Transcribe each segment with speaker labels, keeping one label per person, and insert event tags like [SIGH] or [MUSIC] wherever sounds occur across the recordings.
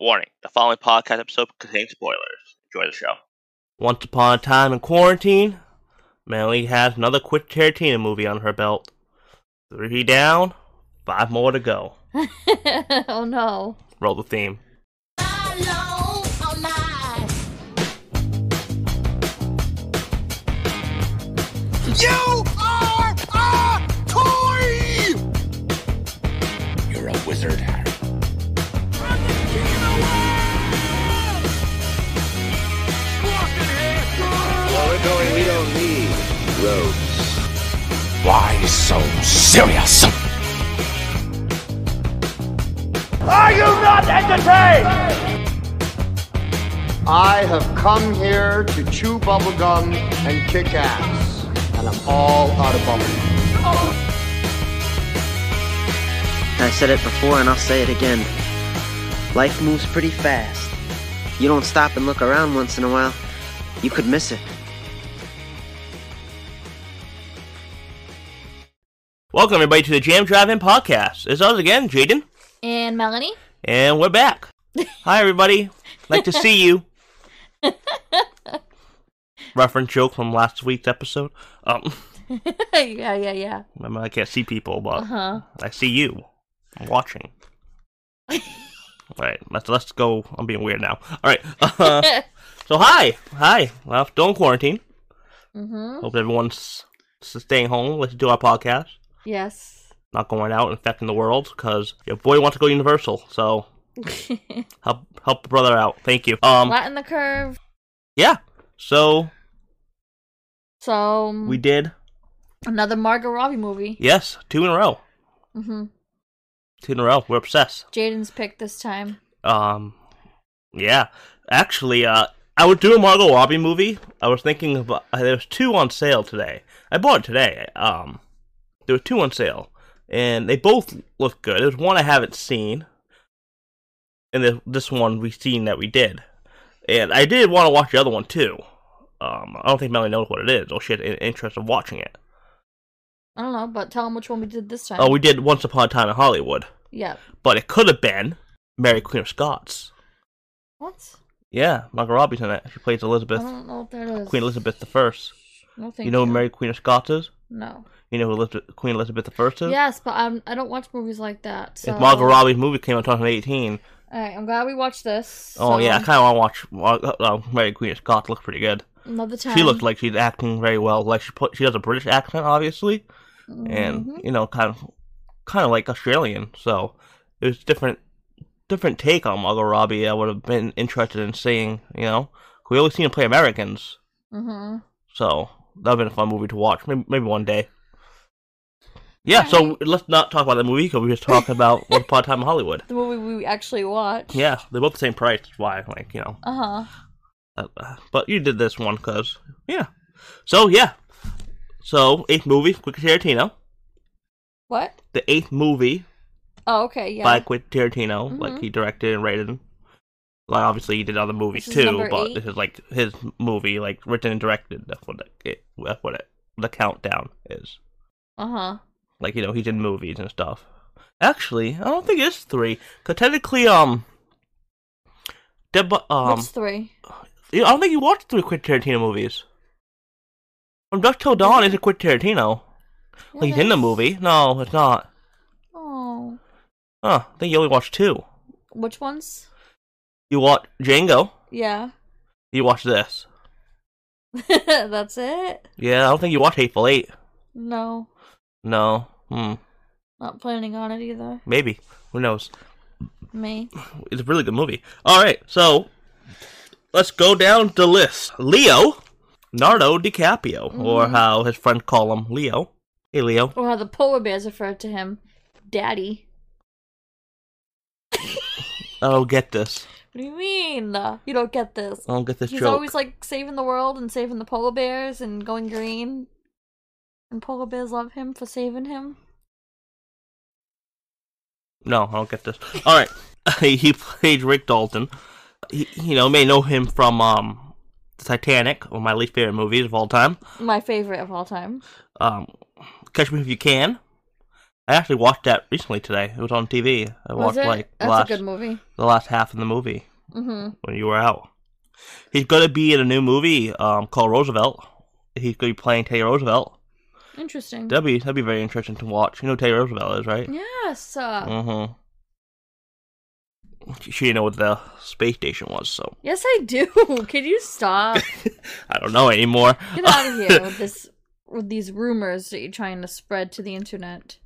Speaker 1: Warning: The following podcast episode contains spoilers. Enjoy the show.
Speaker 2: Once upon a time in quarantine, Melly has another Quentin Tarantino movie on her belt. Three down, five more to go.
Speaker 3: [LAUGHS] oh no.
Speaker 2: Roll the theme.
Speaker 4: You are a toy!
Speaker 5: You're a wizard, Harry.
Speaker 4: I'm the king of the world! Walking
Speaker 6: Well, we're going, we don't need roads.
Speaker 5: Why so serious?
Speaker 6: I have come here to chew bubblegum and kick ass. And I'm all out of bubblegum.
Speaker 7: I said it before and I'll say it again. Life moves pretty fast. You don't stop and look around once in a while, you could miss it.
Speaker 2: Welcome everybody to the Jam Drive In podcast. It's us again, Jaden,
Speaker 3: And Melanie?
Speaker 2: and we're back. Hi everybody, like to see you. Reference joke from last week's episode. Um,
Speaker 3: [LAUGHS] yeah, yeah, yeah.
Speaker 2: remember I can't see people, but
Speaker 3: Uh huh.
Speaker 2: I see you. I'm watching. All right, let's let's go. I'm being weird now. All right. Uh, so hi, hi. Well, still in quarantine.
Speaker 3: hmm
Speaker 2: Hope everyone's s- staying home. Let's do our podcast.
Speaker 3: Yes.
Speaker 2: Not going out and affecting the world because your boy wants to go Universal. So help help brother out. Thank you. Um,
Speaker 3: Flatten the curve.
Speaker 2: yeah. So
Speaker 3: So um,
Speaker 2: we did
Speaker 3: another Margot Robbie movie.
Speaker 2: yes, two in a row.
Speaker 3: hmm
Speaker 2: Two in a row. We're obsessed.
Speaker 3: Jaden's pick this time.
Speaker 2: Um, yeah. Actually, uh, I would do a Margot Robbie movie. I was thinking of uh, there's two on sale today. I bought it today. Um, there were two on sale, and they both look good. There's one I haven't seen, and there's this one we've seen that we did, and I did want to watch the other one too. Um, I don't think Melanie knows what it is, or she had an interest in watching it.
Speaker 3: I don't know, but tell him which one we did this time.
Speaker 2: Oh, we did Once Upon a Time in Hollywood,
Speaker 3: Yeah.
Speaker 2: but it could have been Mary Queen of Scots.
Speaker 3: What?
Speaker 2: Yeah, Margot Robbie's in it. She plays Elizabeth.
Speaker 3: I don't know what that is.
Speaker 2: Queen Elizabeth the First.
Speaker 3: No, thank
Speaker 2: You know who Mary Queen of Scots is?
Speaker 3: No.
Speaker 2: You know who Elizabeth, Queen Elizabeth the First is?
Speaker 3: Yes, um, but I'm, I don't watch movies like that. So.
Speaker 2: If Margot Robbie's movie came out in 2018,
Speaker 3: All right, I'm glad we watched this.
Speaker 2: oh
Speaker 3: so
Speaker 2: yeah, I kind of want to watch Mar- uh, Mary Queen of Scots. Looks pretty good.
Speaker 3: Another time.
Speaker 2: She looks like she's acting very well. Like she put, she has a British accent, obviously, and
Speaker 3: Mm-hmm.
Speaker 2: you know, kind of, kind of like Australian. So it was different, different take on Margot Robbie. I would have been interested in seeing. You know, we always seen her play Americans,
Speaker 3: hmm
Speaker 2: So that would have been a fun movie to watch. Maybe, maybe one day. Yeah, so let's not talk about that movie because we were just talking about [LAUGHS] Once Upon a Time in Hollywood.
Speaker 3: The movie we actually watched.
Speaker 2: Yeah, they're both the same price. That's why, like, you know.
Speaker 3: Uh huh.
Speaker 2: uh, uh, But you did this one because, yeah. So, yeah. So, eighth movie, Quentin Tarantino.
Speaker 3: What?
Speaker 2: The eighth movie
Speaker 3: Oh, okay. Yeah. Mm-hmm.
Speaker 2: by Quentin Tarantino. Like, he directed and rated. Like, obviously, he did other movies
Speaker 3: This is
Speaker 2: too,
Speaker 3: number
Speaker 2: but
Speaker 3: eight?
Speaker 2: this is, like, his movie, like, written and directed. That's what, the, it, that's what it, the countdown is.
Speaker 3: Uh huh.
Speaker 2: like you know he's in movies and stuff. Actually, I don't think it's three. Cause technically, um, Deb, um,
Speaker 3: What's three?
Speaker 2: I don't think you watched three Quentin Tarantino movies. From Dusk Till Dawn isn't Quentin Tarantino. Like he's in the
Speaker 3: Yes.
Speaker 2: movie. No, it's not.
Speaker 3: Oh,
Speaker 2: Huh? I think you only watched two.
Speaker 3: which ones?
Speaker 2: You watched Django.
Speaker 3: Yeah, [LAUGHS]
Speaker 2: You watched this.
Speaker 3: that's it.
Speaker 2: Yeah, I don't think you watched Hateful Eight.
Speaker 3: No,
Speaker 2: No. Hmm.
Speaker 3: not planning on it either.
Speaker 2: Maybe. Who knows?
Speaker 3: Me.
Speaker 2: It's a really good movie. All right, so let's go down the list. Leo, Nardo DiCaprio, or
Speaker 3: Mm-hmm.
Speaker 2: how his friends call him, Leo. Hey, Leo.
Speaker 3: Or how the polar bears referred to him, Daddy.
Speaker 2: I don't get this.
Speaker 3: What do you mean? Uh, You don't get this.
Speaker 2: I don't get this
Speaker 3: He's
Speaker 2: Oh, joke.
Speaker 3: always like saving the world and saving the polar bears and going green. And polar bears love him for saving him.
Speaker 2: No, I don't get this. All right, [LAUGHS] he played Rick Dalton. He, you know, may know him from um, Titanic, one of my least favorite movies of all time.
Speaker 3: My favorite of all time.
Speaker 2: Um, Catch Me If You Can, I actually watched that recently today. It was on TV. I
Speaker 3: Was
Speaker 2: watched
Speaker 3: it?
Speaker 2: like the
Speaker 3: That's
Speaker 2: last,
Speaker 3: a good movie.
Speaker 2: the last half of the movie
Speaker 3: hmm
Speaker 2: when you were out. He's gonna be in a new movie um, called Roosevelt. He's gonna be playing Teddy Roosevelt.
Speaker 3: Interesting.
Speaker 2: That'd be that'd be very interesting to watch. You know who Teddy Roosevelt is, right?
Speaker 3: yes. Uh,
Speaker 2: Mm-hmm. She didn't know what the space station was, so
Speaker 3: Yes, I do. [LAUGHS] Can you stop?
Speaker 2: I don't know anymore. [LAUGHS]
Speaker 3: Get out of here with this with these rumors that you're trying to spread to the internet.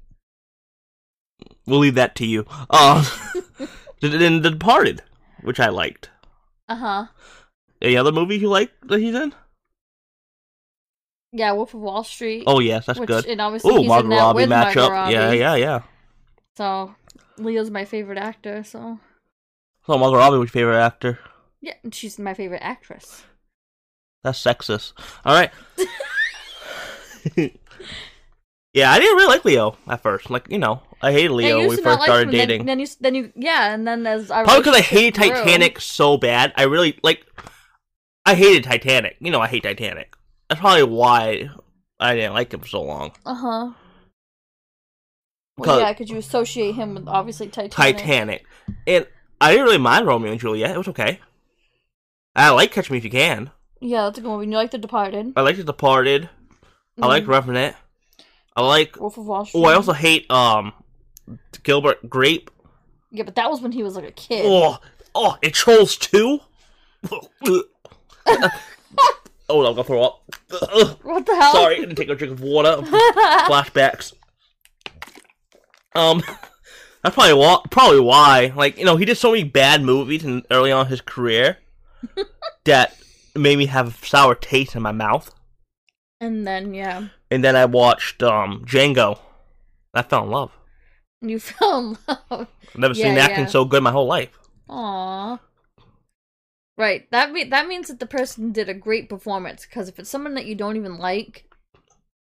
Speaker 2: we'll leave that to you.
Speaker 3: [LAUGHS]
Speaker 2: Um, then The Departed, which I liked.
Speaker 3: Uh huh.
Speaker 2: Uh-huh. Any other movie you like that he's in?
Speaker 3: Yeah, Wolf of Wall Street.
Speaker 2: Oh yes, that's
Speaker 3: which,
Speaker 2: good.
Speaker 3: And obviously
Speaker 2: Oh,
Speaker 3: he's in
Speaker 2: Margot
Speaker 3: that
Speaker 2: Robbie
Speaker 3: with Margot
Speaker 2: matchup.
Speaker 3: Robbie.
Speaker 2: Yeah, yeah, yeah.
Speaker 3: So Leo's my favorite actor. So
Speaker 2: So Margot Robbie was your favorite actor.
Speaker 3: yeah, and she's my favorite actress.
Speaker 2: That's sexist. All right. [LAUGHS] yeah, I didn't really like Leo at first. Like you know, I hated
Speaker 3: Yeah, you
Speaker 2: Leo when we
Speaker 3: used to
Speaker 2: first
Speaker 3: not like
Speaker 2: started
Speaker 3: him, and
Speaker 2: dating.
Speaker 3: Then, then you, then you, yeah, and then as our
Speaker 2: Probably because I
Speaker 3: relationship
Speaker 2: hated
Speaker 3: grew-
Speaker 2: Titanic so bad. I really like. I hated Titanic. You know, I hate Titanic. That's probably why I didn't like him for so long.
Speaker 3: Uh huh. Well,
Speaker 2: Because-
Speaker 3: yeah, because you associate him with obviously Titanic.
Speaker 2: Titanic, and I didn't really mind Romeo and Juliet. It was okay. I like Catch Me If You Can.
Speaker 3: Yeah, that's a good one. You like The Departed.
Speaker 2: I like The Departed. I like
Speaker 3: Mhm.
Speaker 2: Revenant. I like.
Speaker 3: Wolf of Wall Street.
Speaker 2: Oh, I also hate um, Gilbert Grape.
Speaker 3: yeah, but that was when he was like a kid.
Speaker 2: Oh, oh, it trolls too. [LAUGHS] oh, I'm gonna throw up. Ugh,
Speaker 3: What the hell?
Speaker 2: sorry, I didn't take a drink of
Speaker 3: [LAUGHS]
Speaker 2: water. flashbacks. Um, [LAUGHS] that's probably why. Probably why. Like you know, he did so many bad movies and early on in his
Speaker 3: [LAUGHS]
Speaker 2: career that made me have a sour taste in my mouth.
Speaker 3: and then yeah,
Speaker 2: And then I watched um Django. I fell in love.
Speaker 3: you [LAUGHS] fell in love.
Speaker 2: I've never seen
Speaker 3: Yeah,
Speaker 2: acting
Speaker 3: yeah.
Speaker 2: so good my whole life.
Speaker 3: Aww. Right. That me- that means that the person did a great performance. Because if it's someone that you don't even like,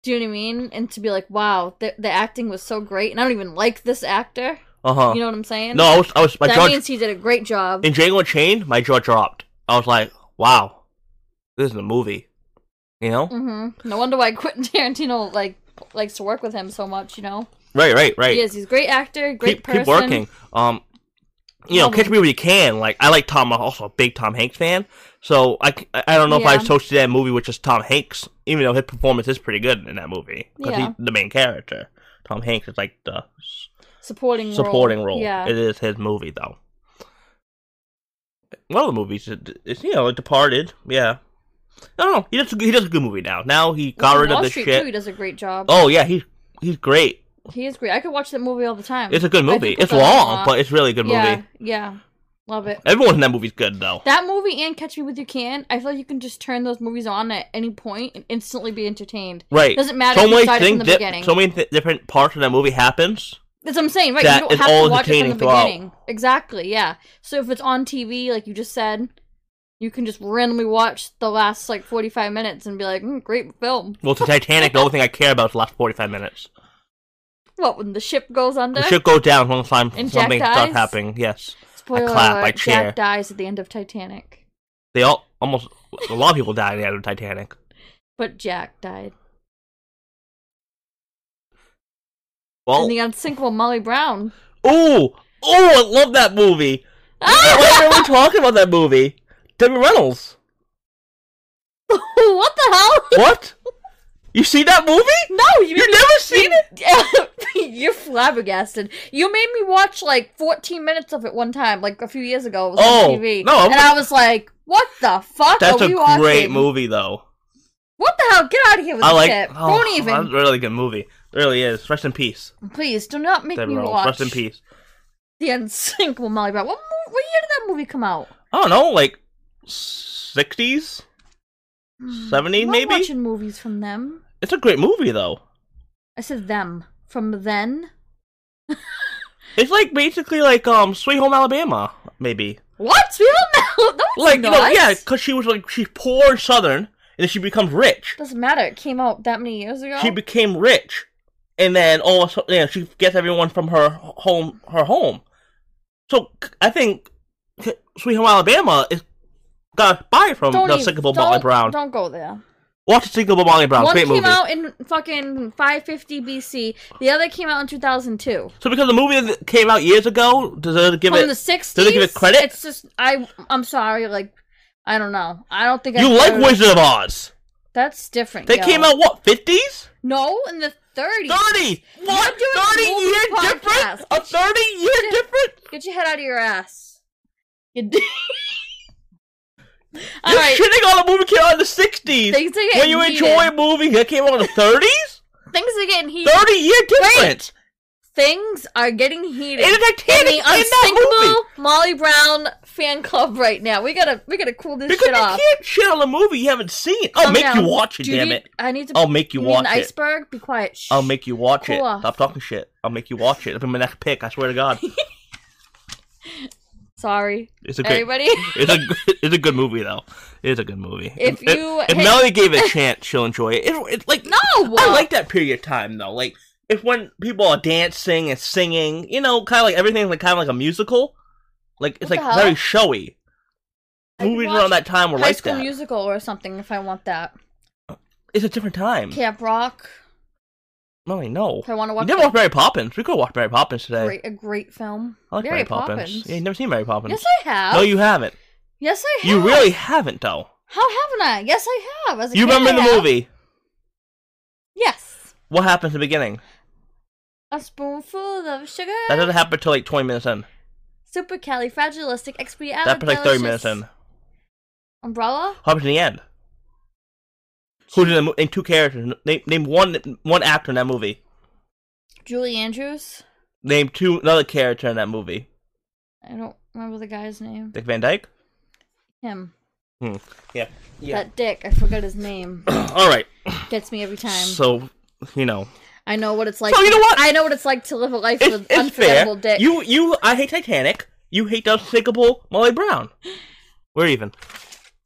Speaker 3: do you know what I mean? And to be like, wow, the the acting was so great, and I don't even like this actor.
Speaker 2: Uh huh.
Speaker 3: You know what I'm saying?
Speaker 2: no, I was. I was my
Speaker 3: that
Speaker 2: jaw,
Speaker 3: means he did a great job.
Speaker 2: in Django Unchained, my jaw dropped. I was like, wow, this is a movie. You know.
Speaker 3: hmm No wonder why [LAUGHS] Quentin Tarantino like likes to work with him so much. You know,
Speaker 2: Right. Right. Right.
Speaker 3: he is. He's a great actor, great
Speaker 2: keep,
Speaker 3: person.
Speaker 2: keep working. Um, you know,
Speaker 3: Love
Speaker 2: catch
Speaker 3: him.
Speaker 2: me where you can. Like I like Tom. I'm also a big Tom Hanks fan. So I, c- I don't know if I
Speaker 3: Yeah.
Speaker 2: associate that movie with just Tom Hanks, even though his performance is pretty good in that movie because
Speaker 3: Yeah.
Speaker 2: he's the main character. Tom Hanks is like the s-
Speaker 3: Supporting role.
Speaker 2: supporting role.
Speaker 3: Yeah.
Speaker 2: It is his movie though. One of the movies, it- it's you know, like Departed. Yeah, I don't know. He does a good- he does a good movie now. Now he got
Speaker 3: Wolf
Speaker 2: rid
Speaker 3: Wall
Speaker 2: of the
Speaker 3: Street,
Speaker 2: shit.
Speaker 3: Too, he does a great job.
Speaker 2: oh yeah, he's he's great.
Speaker 3: He is great. I could watch that movie all the time.
Speaker 2: It's a good
Speaker 3: I could
Speaker 2: movie.
Speaker 3: put
Speaker 2: It's
Speaker 3: that on a
Speaker 2: long,
Speaker 3: lot.
Speaker 2: but it's really a good
Speaker 3: yeah,
Speaker 2: movie.
Speaker 3: Yeah, love it.
Speaker 2: Everyone in that movie's good though.
Speaker 3: That movie and Catch Me With Your Can, I feel like you can just turn those movies on at any point and instantly be entertained.
Speaker 2: right.
Speaker 3: doesn't matter if you started from the
Speaker 2: di-
Speaker 3: beginning.
Speaker 2: so many th- different parts of that movie happens.
Speaker 3: That's what I'm saying, right?
Speaker 2: That
Speaker 3: you
Speaker 2: is
Speaker 3: don't have
Speaker 2: all
Speaker 3: to watch it from the
Speaker 2: entertaining throughout.
Speaker 3: beginning. Exactly, yeah. So if it's on TV, like you just said, you can just randomly watch the last like 45 minutes and be like, mm, great film.
Speaker 2: Well, to Titanic, the only thing I care about is the last forty-five minutes.
Speaker 3: What, when the ship goes under?
Speaker 2: The ship goes down one time.
Speaker 3: And Jack
Speaker 2: Something starts
Speaker 3: dies?
Speaker 2: happening. Yes,
Speaker 3: Spoiler
Speaker 2: I clap, I
Speaker 3: alert,
Speaker 2: cheer.
Speaker 3: Jack dies at the end of Titanic.
Speaker 2: they all almost a lot of people died in the end of Titanic.
Speaker 3: But Jack died.
Speaker 2: Well,
Speaker 3: And the unsinkable Molly Brown.
Speaker 2: oh, oh, I love that movie. Why are we talking about that movie? Debbie Reynolds.
Speaker 3: [LAUGHS] what the hell?
Speaker 2: What? You see that movie?
Speaker 3: No, you
Speaker 2: You've never seen it.
Speaker 3: it. [LAUGHS] You're flabbergasted. You made me watch like 14 minutes of it one time, like a few years ago. It was
Speaker 2: Oh,
Speaker 3: on TV,
Speaker 2: no, I'm-
Speaker 3: and I was like, "What the fuck
Speaker 2: That's
Speaker 3: are
Speaker 2: a
Speaker 3: we
Speaker 2: great
Speaker 3: watching?"
Speaker 2: movie, though.
Speaker 3: What the hell? Get out of here with
Speaker 2: I
Speaker 3: this
Speaker 2: like.
Speaker 3: shit.
Speaker 2: Oh,
Speaker 3: don't
Speaker 2: That's a
Speaker 3: even.
Speaker 2: really good movie. It really is. Rest in peace.
Speaker 3: [LAUGHS] Please, do not make
Speaker 2: Debbie
Speaker 3: me
Speaker 2: Reynolds.
Speaker 3: watch
Speaker 2: Rest in peace.
Speaker 3: [LAUGHS] the unsinkable Molly Brown. What, mo- what year did that movie come out?
Speaker 2: I don't know, like sixties, seventies,
Speaker 3: I'm not
Speaker 2: maybe.
Speaker 3: Hmm. watching movies from them.
Speaker 2: It's a great movie, though.
Speaker 3: I said them from then.
Speaker 2: It's like basically like um Sweet Home Alabama, maybe.
Speaker 3: What? We don't know. [LAUGHS] That's
Speaker 2: Like you know,
Speaker 3: nuts.
Speaker 2: yeah, because she was like she's poor and Southern, and then she becomes rich.
Speaker 3: Doesn't matter. It came out that many years ago.
Speaker 2: She became rich, and then all of a sudden, you know, she gets everyone from her home, her home. So c- I think c- Sweet Home Alabama is got inspired from
Speaker 3: Don't
Speaker 2: the
Speaker 3: even-
Speaker 2: Sickable Molly
Speaker 3: don't-
Speaker 2: Brown.
Speaker 3: Don't go there.
Speaker 2: Watch Cinco de Mayo Brown.
Speaker 3: One
Speaker 2: Great
Speaker 3: came
Speaker 2: movie.
Speaker 3: out in fucking 550 BC. The other came out in 2002.
Speaker 2: So because the movie that came out years ago, does it give
Speaker 3: From
Speaker 2: it?
Speaker 3: the 60s.
Speaker 2: give it credit?
Speaker 3: It's just I. I'm sorry. Like I don't know. I don't think I
Speaker 2: you like
Speaker 3: could-
Speaker 2: Wizard of Oz?
Speaker 3: That's different.
Speaker 2: They
Speaker 3: yo.
Speaker 2: came out what fifties?
Speaker 3: No, in the 30s.
Speaker 2: Thirty. What?
Speaker 3: doing a
Speaker 2: Thirty
Speaker 3: movie
Speaker 2: year
Speaker 3: podcast.
Speaker 2: difference? A thirty year difference?
Speaker 3: Get your head out of your ass. You [LAUGHS] d-
Speaker 2: You're
Speaker 3: Alright,
Speaker 2: shitting on a movie came out in the sixties.
Speaker 3: Things are getting
Speaker 2: When you
Speaker 3: heated.
Speaker 2: enjoy a movie that came out in the
Speaker 3: [LAUGHS]
Speaker 2: thirties,
Speaker 3: things are getting heated.
Speaker 2: thirty year difference.
Speaker 3: Things are getting heated.
Speaker 2: In a
Speaker 3: in
Speaker 2: Titanic
Speaker 3: the
Speaker 2: in that movie.
Speaker 3: unsinkable Molly Brown fan club right now. We gotta we gotta cool this
Speaker 2: Because
Speaker 3: shit
Speaker 2: you
Speaker 3: off.
Speaker 2: can't shit on a movie you haven't seen. I'll
Speaker 3: Calm
Speaker 2: make
Speaker 3: down.
Speaker 2: you watch it,
Speaker 3: Judy,
Speaker 2: damn it.
Speaker 3: I need to.
Speaker 2: I'll make you
Speaker 3: need an
Speaker 2: watch it.
Speaker 3: iceberg. Be quiet. Shh.
Speaker 2: I'll make you watch
Speaker 3: Cool
Speaker 2: it.
Speaker 3: off.
Speaker 2: Stop talking shit. I'll make you watch it. It'll be my next pick. I swear to
Speaker 3: [LAUGHS]
Speaker 2: God,
Speaker 3: Sorry,
Speaker 2: it's a great. [LAUGHS]
Speaker 3: everybody.
Speaker 2: It's a good- it's a good movie though. It's a good movie.
Speaker 3: If you-
Speaker 2: if, if
Speaker 3: hey-
Speaker 2: Melody gave
Speaker 3: [LAUGHS]
Speaker 2: it a chance, she'll enjoy it. It, it like
Speaker 3: No,
Speaker 2: I like that period of time though. Like it's when people are dancing and singing. You know, kind of like everything's like kind of like a musical. Like it's
Speaker 3: What
Speaker 2: like
Speaker 3: the hell?
Speaker 2: very showy.
Speaker 3: I could
Speaker 2: Movies
Speaker 3: watch
Speaker 2: around that time were
Speaker 3: High
Speaker 2: like
Speaker 3: School
Speaker 2: that.
Speaker 3: Musical or something. If I want that,
Speaker 2: It's a different time.
Speaker 3: Camp Rock.
Speaker 2: Melody, no.
Speaker 3: If I want to
Speaker 2: You
Speaker 3: watch
Speaker 2: never
Speaker 3: a
Speaker 2: watched Mary Poppins. We could watch Mary Poppins today.
Speaker 3: great, a great film.
Speaker 2: I like Mary, Poppins. Yeah, you never seen Mary Poppins.
Speaker 3: Yes, I have.
Speaker 2: no, you haven't.
Speaker 3: Yes, I have.
Speaker 2: You really haven't though.
Speaker 3: How haven't I? Yes, I have. As a
Speaker 2: You
Speaker 3: kid,
Speaker 2: remember
Speaker 3: I
Speaker 2: in the
Speaker 3: have.
Speaker 2: movie?
Speaker 3: Yes.
Speaker 2: What happens in the beginning?
Speaker 3: A spoonful of sugar.
Speaker 2: That doesn't happen until like 20 minutes in.
Speaker 3: Supercalifragilisticexpialidocious.
Speaker 2: That happens like 30 minutes in.
Speaker 3: Umbrella.
Speaker 2: What happens in the end? Who's in, the, mo- in two characters? Name, name one one actor in that movie.
Speaker 3: Julie Andrews.
Speaker 2: Name two another character in that movie.
Speaker 3: I don't remember the guy's name.
Speaker 2: Dick Van Dyke.
Speaker 3: Him.
Speaker 2: Hmm. Yeah. [CLEARS THROAT]
Speaker 3: That dick. I forgot his name. [COUGHS]
Speaker 2: All right.
Speaker 3: Gets me every time.
Speaker 2: So you know
Speaker 3: I know what it's like.
Speaker 2: So, you know what?
Speaker 3: I know what it's like to live a life
Speaker 2: it's,
Speaker 3: with
Speaker 2: it's fair.
Speaker 3: unforgettable dick.
Speaker 2: You you I hate Titanic. You hate the unsinkable Molly Brown. We're even.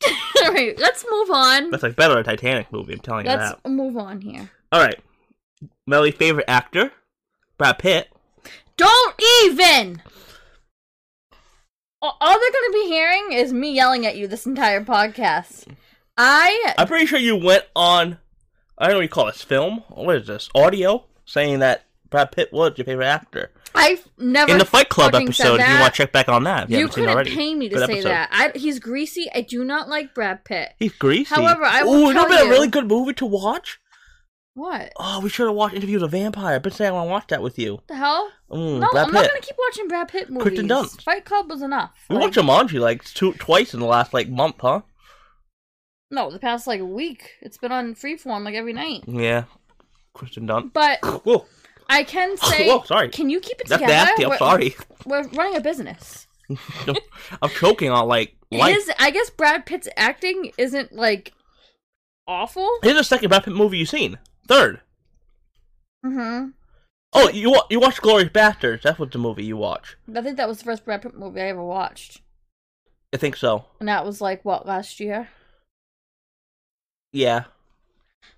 Speaker 3: [LAUGHS] All right, let's move on.
Speaker 2: That's like better than Titanic movie. I'm telling you
Speaker 3: Let's
Speaker 2: that.
Speaker 3: move on here.
Speaker 2: All right. Melly favorite actor, Brad Pitt.
Speaker 3: Don't even. A- All they're gonna be hearing is me yelling at you this entire podcast. I
Speaker 2: I'm pretty sure you went on. I don't know what you call this film. What is this audio saying that Brad Pitt was your favorite actor
Speaker 3: I've never
Speaker 2: in the Fight Club
Speaker 3: fucking said
Speaker 2: episode? If you
Speaker 3: that.
Speaker 2: want to check back on that, if you,
Speaker 3: You
Speaker 2: haven't seen
Speaker 3: couldn't
Speaker 2: already.
Speaker 3: pay me to
Speaker 2: Good
Speaker 3: say
Speaker 2: episode.
Speaker 3: that. I, he's greasy. I do not like Brad Pitt.
Speaker 2: He's greasy.
Speaker 3: However, I will
Speaker 2: Ooh, you know
Speaker 3: tell
Speaker 2: what a
Speaker 3: you-
Speaker 2: really good movie to watch.
Speaker 3: What
Speaker 2: Oh, we should have watched Interview with a Vampire. I've been saying I want to watch that with you.
Speaker 3: the hell?
Speaker 2: Mm,
Speaker 3: no,
Speaker 2: Brad
Speaker 3: I'm
Speaker 2: Pitt.
Speaker 3: not gonna keep watching Brad Pitt movies.
Speaker 2: Kristen Dunst.
Speaker 3: Fight Club was enough.
Speaker 2: We
Speaker 3: Like,
Speaker 2: watched Jumanji like two twice in the last like month, huh?
Speaker 3: No, the past like week, it's been on Freeform like every night.
Speaker 2: Yeah. Kristen Dunst.
Speaker 3: But
Speaker 2: Whoa,
Speaker 3: I can say,
Speaker 2: [LAUGHS] Whoa, sorry.
Speaker 3: Can you keep it
Speaker 2: that's
Speaker 3: together?
Speaker 2: nasty. I'm
Speaker 3: we're,
Speaker 2: sorry. [LAUGHS]
Speaker 3: We're running a business.
Speaker 2: I'm choking on like life.
Speaker 3: His, I guess Brad Pitt's acting isn't like awful.
Speaker 2: Here's the second Brad Pitt movie you've seen. Third.
Speaker 3: hmm
Speaker 2: Oh, you wa- you watch Glorious Bastards? That's what the movie you watch.
Speaker 3: I think that was the first Brad Pitt movie I ever watched,
Speaker 2: I think so.
Speaker 3: and that was like what last year.
Speaker 2: Yeah.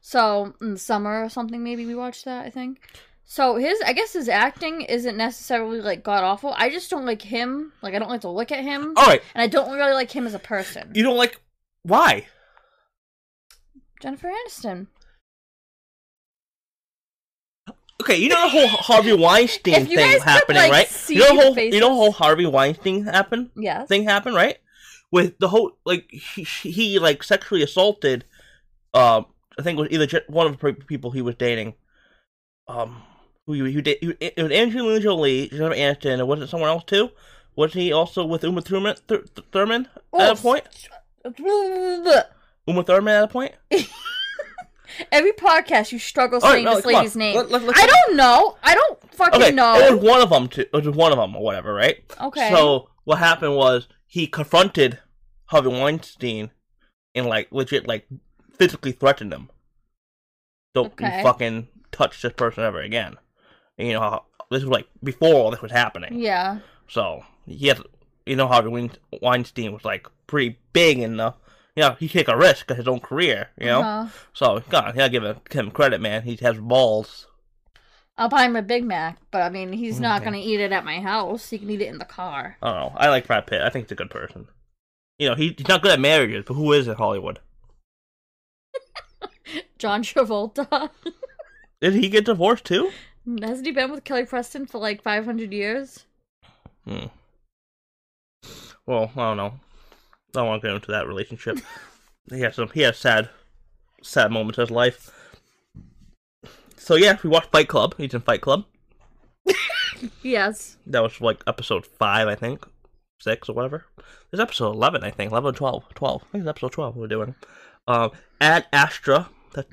Speaker 3: So in the summer or something, maybe we watched that. I think. So his, I guess his acting isn't necessarily like god awful. I just don't like him. Like I don't like to look at him,
Speaker 2: All right.
Speaker 3: and I don't really like him as a person.
Speaker 2: Oh. You don't like why?
Speaker 3: Jennifer Aniston.
Speaker 2: Okay, you know the whole Harvey Weinstein
Speaker 3: [LAUGHS] If you guys
Speaker 2: thing
Speaker 3: could,
Speaker 2: happening,
Speaker 3: like,
Speaker 2: right?
Speaker 3: see
Speaker 2: You know the
Speaker 3: the
Speaker 2: whole you
Speaker 3: faces.
Speaker 2: know the whole Harvey Weinstein happen
Speaker 3: Yes.
Speaker 2: thing happened, right? With the whole like he, he like sexually assaulted, um, I think it was either Je- one of the people he was dating, um, who you who did it was Angelina Jolie, Jennifer Aniston, and was it someone else too? Was he also with Uma Thurman, Thur- Thurman at a
Speaker 3: Oh,
Speaker 2: point? Uma Thurman at a point?
Speaker 3: [LAUGHS] Every podcast you struggle
Speaker 2: All right,
Speaker 3: saying
Speaker 2: no,
Speaker 3: this
Speaker 2: come on.
Speaker 3: lady's name.
Speaker 2: Let- let- let's-
Speaker 3: I don't know. I don't fucking
Speaker 2: Okay, it
Speaker 3: know.
Speaker 2: was one of them. Too, it was one of them or whatever, right?
Speaker 3: Okay.
Speaker 2: So what happened was he confronted Harvey Weinstein and like legit like physically threatened him. Don't
Speaker 3: Okay.
Speaker 2: you fucking touch this person ever again. And, you know how- this was like before all this was happening.
Speaker 3: Yeah.
Speaker 2: So he had, you know, Harvey Wein- Weinstein was like pretty big in the. You know, he took a risk of his own career. You know,
Speaker 3: Uh-huh.
Speaker 2: so God, I give him- him credit, man. He has balls.
Speaker 3: I'll buy him a Big Mac, but I mean, he's not gonna eat it at my house. He can eat it in the car.
Speaker 2: I don't know. I like Brad Pitt. I think he's a good person. You know, he, he's not good at marriages, but who is in Hollywood?
Speaker 3: John [LAUGHS] Travolta.
Speaker 2: Did he get divorced too?
Speaker 3: Hasn't he been with Kelly Preston for like 500 years?
Speaker 2: Hmm. Well, I don't know. I don't want to go into that relationship. [LAUGHS] he has some. He has sad, sad moments in his life. So yeah, we watched Fight Club. He's in Fight Club.
Speaker 3: Yes.
Speaker 2: That was like episode five, I think, six or whatever. There's episode eleven, I think, 11, 12, 12. I think it's episode twelve we're doing. Um, Ad Astra. That,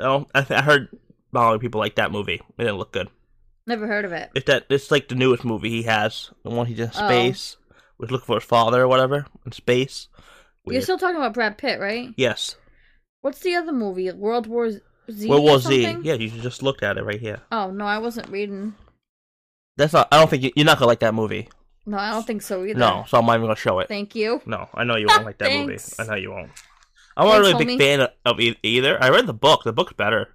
Speaker 2: oh, I, th- I heard a lot of people like that movie. It didn't look good.
Speaker 3: Never heard of it.
Speaker 2: It's that it's like the newest movie he has, the one he did in
Speaker 3: Oh.
Speaker 2: space, was looking for his father or whatever in space.
Speaker 3: You're
Speaker 2: Weird.
Speaker 3: still talking about Brad Pitt, right?
Speaker 2: yes,
Speaker 3: What's the other movie? World War Z?
Speaker 2: World
Speaker 3: or
Speaker 2: War Z.
Speaker 3: something?
Speaker 2: Yeah, you just looked at it right here.
Speaker 3: Oh, no, I wasn't reading.
Speaker 2: That's not. I don't think you, you're not gonna like that movie.
Speaker 3: No, I don't think so either.
Speaker 2: No, so I'm not even gonna show it.
Speaker 3: Thank you.
Speaker 2: No, I know you
Speaker 3: [LAUGHS]
Speaker 2: won't like that movie.
Speaker 3: Thanks.
Speaker 2: I know you won't. I'm not
Speaker 3: Thanks,
Speaker 2: really a big
Speaker 3: homie.
Speaker 2: fan of e- either. I read the book. The book's better.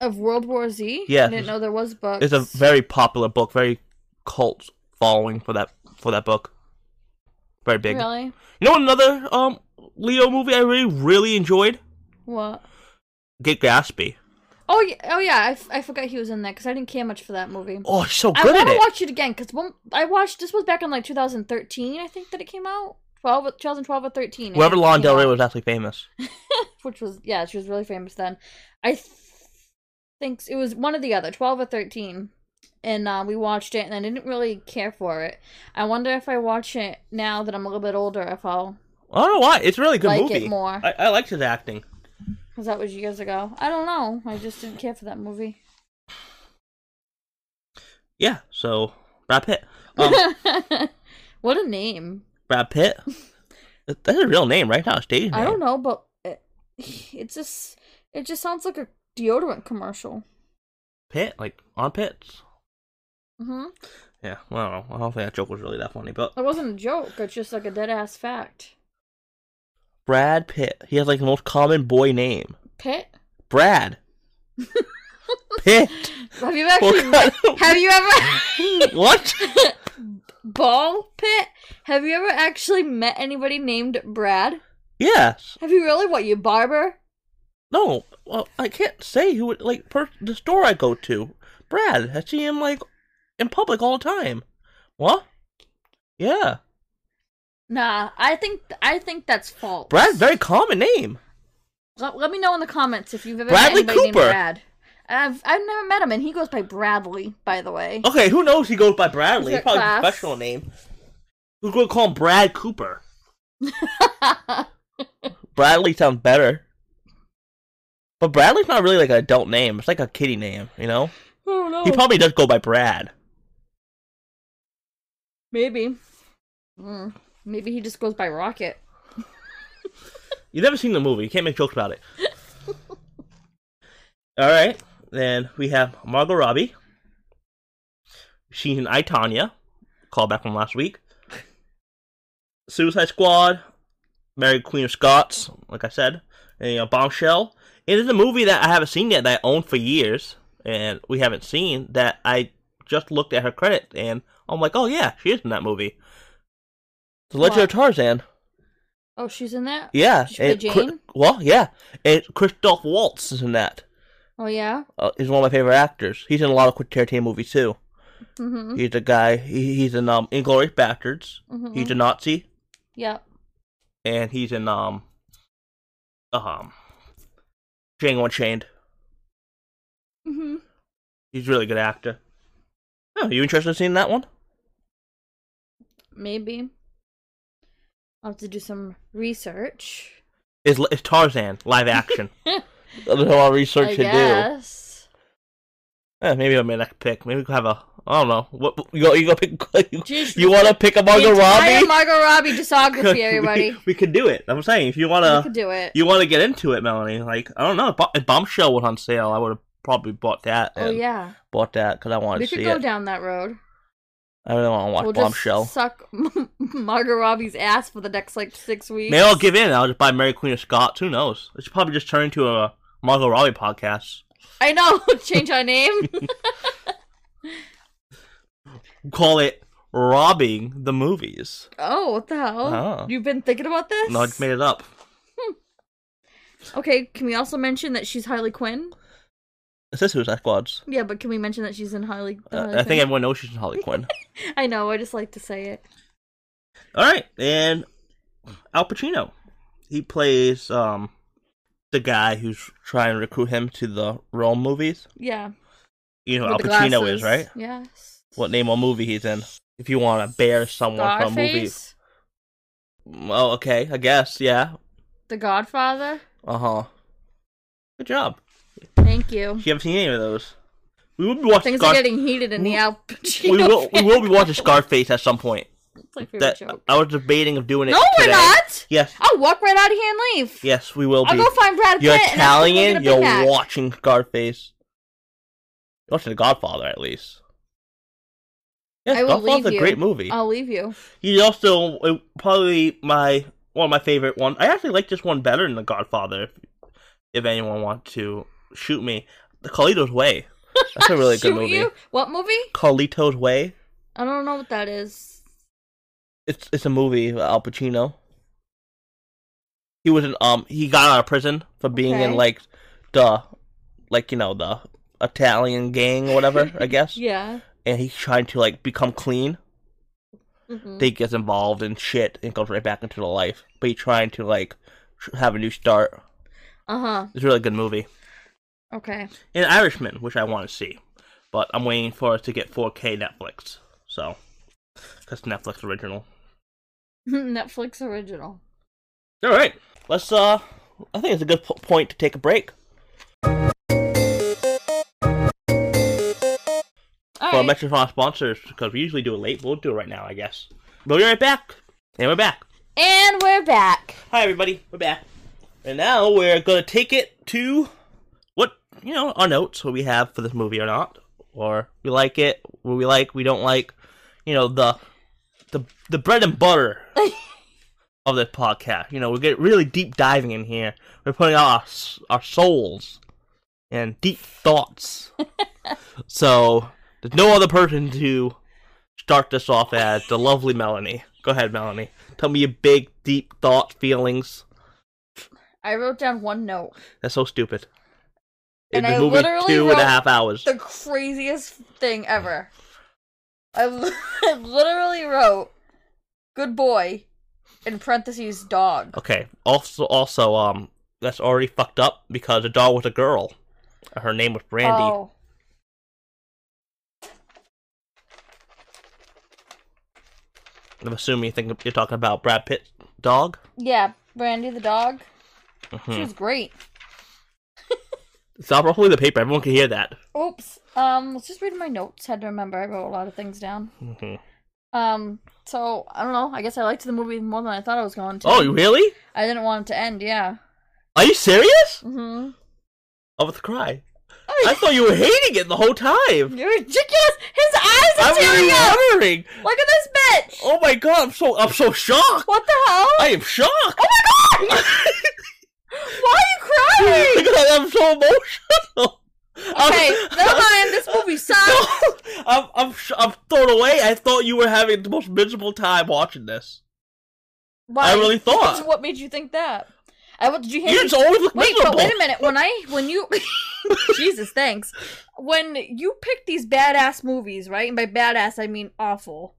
Speaker 3: Of World War Z?
Speaker 2: Yeah,
Speaker 3: I didn't know there was books.
Speaker 2: It's a very popular book. Very cult following for that for that book. Very big.
Speaker 3: Really?
Speaker 2: You know another um Leo movie I really really enjoyed.
Speaker 3: What?
Speaker 2: Get Gatsby.
Speaker 3: Oh, yeah, oh yeah. I, f- I forgot he was in that because I didn't care much for that movie.
Speaker 2: Oh, he's so
Speaker 3: I
Speaker 2: good at
Speaker 3: want to
Speaker 2: it.
Speaker 3: watch it again because I watched this was back in like 2013, I think that it came out. 12, or- 2012 or 13. I
Speaker 2: Whoever
Speaker 3: think it
Speaker 2: Lon
Speaker 3: came
Speaker 2: Del Rey
Speaker 3: out,
Speaker 2: was actually famous.
Speaker 3: Which was, yeah, she was really famous then. I th- think it was one or the other, 12 or 13. And uh, we watched it and I didn't really care for it. I wonder if I watch it now that I'm a little bit older, if I'll.
Speaker 2: I don't know why. It's a really good
Speaker 3: Like it
Speaker 2: movie.
Speaker 3: more.
Speaker 2: I, I liked his acting.
Speaker 3: Because that was years ago. I don't know. I just didn't care for that movie.
Speaker 2: Yeah. So Brad Pitt. Um,
Speaker 3: [LAUGHS] what a name.
Speaker 2: Brad
Speaker 3: [LAUGHS]
Speaker 2: Pitt. That's his real name, right? Not a stage name.
Speaker 3: I don't know, but it, it just it just sounds like a deodorant commercial.
Speaker 2: Pitt, like armpits.
Speaker 3: hmm
Speaker 2: Yeah. Well, I don't know. I don't think that joke was really that funny, but
Speaker 3: It wasn't a joke. It's just like a dead ass fact.
Speaker 2: Brad Pitt. He has like the most common boy name.
Speaker 3: Pitt, [LAUGHS]
Speaker 2: Brad. Pitt.
Speaker 3: have you actually [LAUGHS]
Speaker 2: What kind of-
Speaker 3: have you ever
Speaker 2: [LAUGHS] What?
Speaker 3: ball pit? Have you ever actually met anybody named Brad?
Speaker 2: Yes.
Speaker 3: Have you really? What you barber?
Speaker 2: No. Well, I can't say who. It, like per- the store I go to, Brad. I see him like in public all the time. What? Yeah.
Speaker 3: Nah, I think I think that's false.
Speaker 2: Brad, very common name.
Speaker 3: Let, let me know in the comments if you've ever
Speaker 2: Bradley
Speaker 3: met anybody
Speaker 2: Cooper.
Speaker 3: named Brad. I've I've never met him, and he goes by Bradley, by the way.
Speaker 2: Okay, who knows? He goes by Bradley. He's
Speaker 3: Is it
Speaker 2: probably a
Speaker 3: class?
Speaker 2: professional name. Who's gonna call him Brad
Speaker 3: [LAUGHS]
Speaker 2: Cooper? Bradley sounds better. But Bradley's not really like an adult name. It's like a kiddie name, you know.
Speaker 3: oh no.
Speaker 2: He probably does go by Brad.
Speaker 3: Maybe. Mm, maybe he just goes by Rocket.
Speaker 2: You've never seen the movie. You can't make jokes about it. All right, then we have Margot Robbie. She's in I Tanya, call back from last week. Suicide Squad, Mary Queen of Scots, like I said, and you know, Bombshell. It is a movie that I haven't seen yet that I own for years, and we haven't seen that. I just looked at her credit, and I'm like, oh yeah, she is in that movie. The Legend of
Speaker 3: What?
Speaker 2: Tarzan.
Speaker 3: Oh, she's in that?
Speaker 2: Yeah.
Speaker 3: She played
Speaker 2: and Chri-
Speaker 3: Jane?
Speaker 2: well, yeah. And Christoph Waltz is in that.
Speaker 3: Oh, yeah?
Speaker 2: Uh, he's one of my favorite actors. He's in a lot of Quentin Tarantino movies too.
Speaker 3: Mm-hmm.
Speaker 2: He's the guy. He, he's in um, Inglorious Bastards.
Speaker 3: Mhm.
Speaker 2: He's a Nazi,
Speaker 3: Yep.
Speaker 2: and he's in um, um, Django Unchained.
Speaker 3: Mm-hmm.
Speaker 2: He's a really good actor. Oh, you interested in seeing that one?
Speaker 3: Maybe. I'll have to do some research.
Speaker 2: Is it's Tarzan live
Speaker 3: [LAUGHS]
Speaker 2: action? There's a lot of research to
Speaker 3: I
Speaker 2: do.
Speaker 3: guess.
Speaker 2: Eh, maybe I'll make that pick. Maybe we could have a. I don't know. What you go? You go pick. [LAUGHS]
Speaker 3: Jeez,
Speaker 2: you want to pick a Margot
Speaker 3: the entire
Speaker 2: Robbie?
Speaker 3: Margot
Speaker 2: [LAUGHS]
Speaker 3: Robbie discography, everybody.
Speaker 2: We, we could do it. I'm saying if you
Speaker 3: we
Speaker 2: wanna,
Speaker 3: could do it.
Speaker 2: you wanna get into it, Melanie. Like I don't know, if, Bo- if Bombshell was on sale, I would have probably bought that.
Speaker 3: oh,
Speaker 2: and
Speaker 3: yeah.
Speaker 2: bought that because I wanted
Speaker 3: We
Speaker 2: to see
Speaker 3: could go
Speaker 2: it.
Speaker 3: down that road.
Speaker 2: I really want to watch
Speaker 3: we'll
Speaker 2: Bombshell.
Speaker 3: just suck [LAUGHS] Margot Robbie's ass for the next, like, six weeks.
Speaker 2: Maybe I'll give in. I'll just buy Mary Queen of Scots. Who knows? It should probably just turn into a Margot Robbie podcast.
Speaker 3: I know. [LAUGHS] Change
Speaker 2: [LAUGHS]
Speaker 3: our name.
Speaker 2: Call it robbing the movies.
Speaker 3: oh, what the hell?
Speaker 2: Oh.
Speaker 3: You've been thinking about this?
Speaker 2: No, I just made it up.
Speaker 3: Okay, can we also mention that she's Harley Quinn?
Speaker 2: It says Suicide Squad's.
Speaker 3: Yeah, but can we mention that she's in Harley?
Speaker 2: Uh,
Speaker 3: Harley
Speaker 2: I
Speaker 3: Quinn?
Speaker 2: think everyone knows she's in Harley Quinn.
Speaker 3: I know. I just like to say it.
Speaker 2: All right, and Al Pacino, he plays um the guy who's trying to recruit him to the Rome movies.
Speaker 3: Yeah.
Speaker 2: You know who Al
Speaker 3: with the
Speaker 2: Pacino
Speaker 3: glasses.
Speaker 2: is, right?
Speaker 3: Yes.
Speaker 2: What name or movie he's in? If you want to bear someone from a movie,
Speaker 3: Scarface,
Speaker 2: oh, okay, I guess, yeah,
Speaker 3: The Godfather.
Speaker 2: uh huh. Good job.
Speaker 3: Thank you.
Speaker 2: If you haven't seen any of those, we will be watching.
Speaker 3: Things
Speaker 2: Scar-
Speaker 3: are getting heated in the
Speaker 2: We-
Speaker 3: Al
Speaker 2: [LAUGHS] we
Speaker 3: [LAUGHS] Pacino.
Speaker 2: will we
Speaker 3: fan.
Speaker 2: will be
Speaker 3: [LAUGHS]
Speaker 2: watching Scarface at some point.
Speaker 3: It's my favorite
Speaker 2: That [LAUGHS]
Speaker 3: joke.
Speaker 2: I was debating of doing it.
Speaker 3: No, we're
Speaker 2: today.
Speaker 3: not.
Speaker 2: Yes,
Speaker 3: I'll walk right out of here and leave.
Speaker 2: yes, we will
Speaker 3: I'll
Speaker 2: be.
Speaker 3: go find Brad Pitt.
Speaker 2: You're
Speaker 3: and I'll go get a
Speaker 2: Italian.
Speaker 3: Big
Speaker 2: You're
Speaker 3: Mac.
Speaker 2: watching Scarface. You're watching The Godfather, at least. Yes,
Speaker 3: I will
Speaker 2: Godfather's
Speaker 3: leave
Speaker 2: a
Speaker 3: you.
Speaker 2: great movie.
Speaker 3: I'll leave you.
Speaker 2: He's also uh, probably my one of my favorite one. I actually like this one better than The Godfather. If, if anyone wants to shoot me, The Carlito's Way. That's a
Speaker 3: [LAUGHS]
Speaker 2: really good
Speaker 3: Shoot
Speaker 2: movie.
Speaker 3: you? What movie?
Speaker 2: Carlito's Way.
Speaker 3: I don't know what that is.
Speaker 2: It's it's a movie. about Al Pacino. He was in um he got out of prison for being in
Speaker 3: Okay.
Speaker 2: like the like you know the Italian gang or whatever
Speaker 3: [LAUGHS]
Speaker 2: I guess,
Speaker 3: Yeah. Mm-hmm.
Speaker 2: and he's trying to like become clean.
Speaker 3: Mhm.
Speaker 2: They gets involved in shit and goes right back into the life, but he's trying to like tr- have a new start.
Speaker 3: Uh huh.
Speaker 2: It's a really good movie.
Speaker 3: Okay. [LAUGHS]
Speaker 2: And Irishman, which I want to see, but I'm waiting for it to get 4K Netflix. So that's Netflix original.
Speaker 3: Netflix original.
Speaker 2: All right, let's. Uh, I think it's a good po- point to take a break.
Speaker 3: All
Speaker 2: for
Speaker 3: right.
Speaker 2: Metro Metrophon sponsors because we usually do it late. but We'll do it right now, I guess. But we're right back, and we're back.
Speaker 3: and we're back.
Speaker 2: Hi, everybody. We're back, and now we're gonna take it to what you know our notes, what we have for this movie or not, or we like it, what we like, we don't like. You know the the the bread and butter of this podcast. You know we get really deep diving in here. We're putting out our s- our souls and deep thoughts. so there's no other person to start this off as the lovely Melanie. Go ahead, Melanie. Tell me your big, deep thoughts, feelings.
Speaker 3: I wrote down one note.
Speaker 2: That's so stupid.
Speaker 3: And
Speaker 2: It's
Speaker 3: I
Speaker 2: a movie
Speaker 3: literally
Speaker 2: two and a
Speaker 3: wrote
Speaker 2: half hours.
Speaker 3: The craziest thing ever. I li- [LAUGHS] I literally wrote "good boy" in parentheses dog.
Speaker 2: Okay. Also, also, um, that's already fucked up because the dog was a girl. Her name was Brandy.
Speaker 3: Oh.
Speaker 2: I'm assuming you think you're talking about Brad Pitt's dog.
Speaker 3: Yeah, Brandy the dog. She
Speaker 2: Mhm.
Speaker 3: was great.
Speaker 2: It's not probably the paper. Everyone can hear that.
Speaker 3: Oops. Um, let's just read my notes. Had to remember I wrote a lot of things down.
Speaker 2: Mhm.
Speaker 3: Um, so I don't know. I guess I liked the movie more than I thought I was going to.
Speaker 2: Oh, really?
Speaker 3: I didn't want it to end. Yeah.
Speaker 2: Are you serious?
Speaker 3: Mm-hmm.
Speaker 2: I was cry. I thought you were hating it the whole
Speaker 3: [LAUGHS]
Speaker 2: time.
Speaker 3: You're ridiculous. His eyes are
Speaker 2: I'm
Speaker 3: tearing up.
Speaker 2: remembering.
Speaker 3: Look at this bitch.
Speaker 2: Oh my god, I'm so I'm so shocked.
Speaker 3: What the hell?
Speaker 2: I am shocked.
Speaker 3: Oh my god!
Speaker 2: [LAUGHS]
Speaker 3: Why are you crying?
Speaker 2: because I'm so emotional.
Speaker 3: Okay,
Speaker 2: [LAUGHS] I'm,
Speaker 3: never mind. This
Speaker 2: [LAUGHS]
Speaker 3: movie sucks.
Speaker 2: No, I'm I'm sh- I'm thrown away. I thought you were having the most miserable time watching this.
Speaker 3: Why?
Speaker 2: I really thought.
Speaker 3: So what made you think that? I what did you
Speaker 2: You
Speaker 3: hear? me-
Speaker 2: just always look
Speaker 3: Wait,
Speaker 2: miserable.
Speaker 3: but wait a minute. When I when you [LAUGHS] Jesus, thanks. When you pick these badass movies, right? And by badass I mean awful.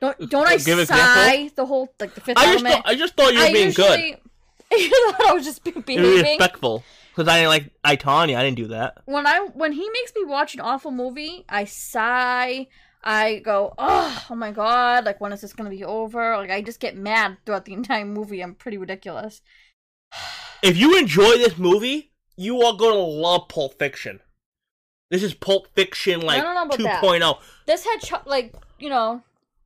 Speaker 3: Don't don't I
Speaker 2: Give example?
Speaker 3: sigh the whole like the fifth
Speaker 2: I just
Speaker 3: element?
Speaker 2: thought, I just thought you were
Speaker 3: I
Speaker 2: being
Speaker 3: usually, [LAUGHS] I thought I was just be-
Speaker 2: good. You were
Speaker 3: behaving.
Speaker 2: respectful. Because I didn't like I Tanya, I didn't do that.
Speaker 3: when I when he makes me watch an awful movie, I sigh. I go, oh, oh my god, like when is this gonna be over? Like I just get mad throughout the entire movie. I'm pretty ridiculous.
Speaker 2: If you enjoy this movie, you are gonna love Pulp Fiction. This is Pulp Fiction like oh.
Speaker 3: don't know about that.
Speaker 2: 2.0.
Speaker 3: This had Ch- like you know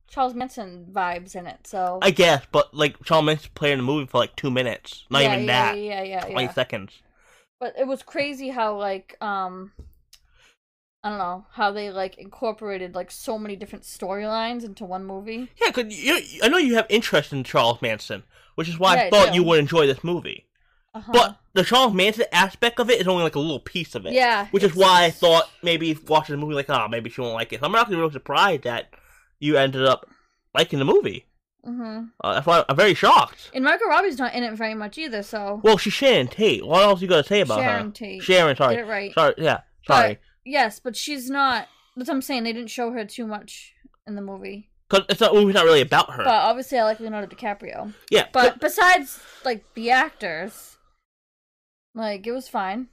Speaker 3: Charles Manson vibes in it, so
Speaker 2: I guess, but like Charles Manson played in the movie for like two minutes. Not
Speaker 3: yeah,
Speaker 2: even
Speaker 3: yeah,
Speaker 2: that.
Speaker 3: Yeah, yeah, yeah.
Speaker 2: Twenty seconds.
Speaker 3: But it was crazy how like um. I don't know how they like incorporated like so many different storylines into one movie.
Speaker 2: Yeah, cause you, I know you have interest in Charles Manson, which is why
Speaker 3: Yeah,
Speaker 2: I
Speaker 3: I
Speaker 2: thought
Speaker 3: do.
Speaker 2: you would enjoy this movie.
Speaker 3: Uh-huh.
Speaker 2: But the Charles Manson aspect of it is only like a little piece of it.
Speaker 3: Yeah,
Speaker 2: Which is
Speaker 3: it's-
Speaker 2: why I thought maybe watching the movie "Ah, like, oh, maybe she won't like it. I'm not actually real surprised that you ended up liking the movie.
Speaker 3: hmm
Speaker 2: Uh, that's why I'm very shocked.
Speaker 3: And Margot Robbie's not in it very much either, so
Speaker 2: Well, she's Sharon Tate. What else you gotta say about
Speaker 3: Sharon
Speaker 2: her?
Speaker 3: Tate.
Speaker 2: Sharon, sorry,
Speaker 3: Get it right.
Speaker 2: sorry, yeah,
Speaker 3: But-
Speaker 2: sorry.
Speaker 3: Yes, but she's not. That's what I'm saying. They didn't show her too much in the movie.
Speaker 2: Because it's not movie's not really about her.
Speaker 3: But obviously, I like Leonardo DiCaprio.
Speaker 2: yeah,
Speaker 3: But besides, like the actors, like it was fine.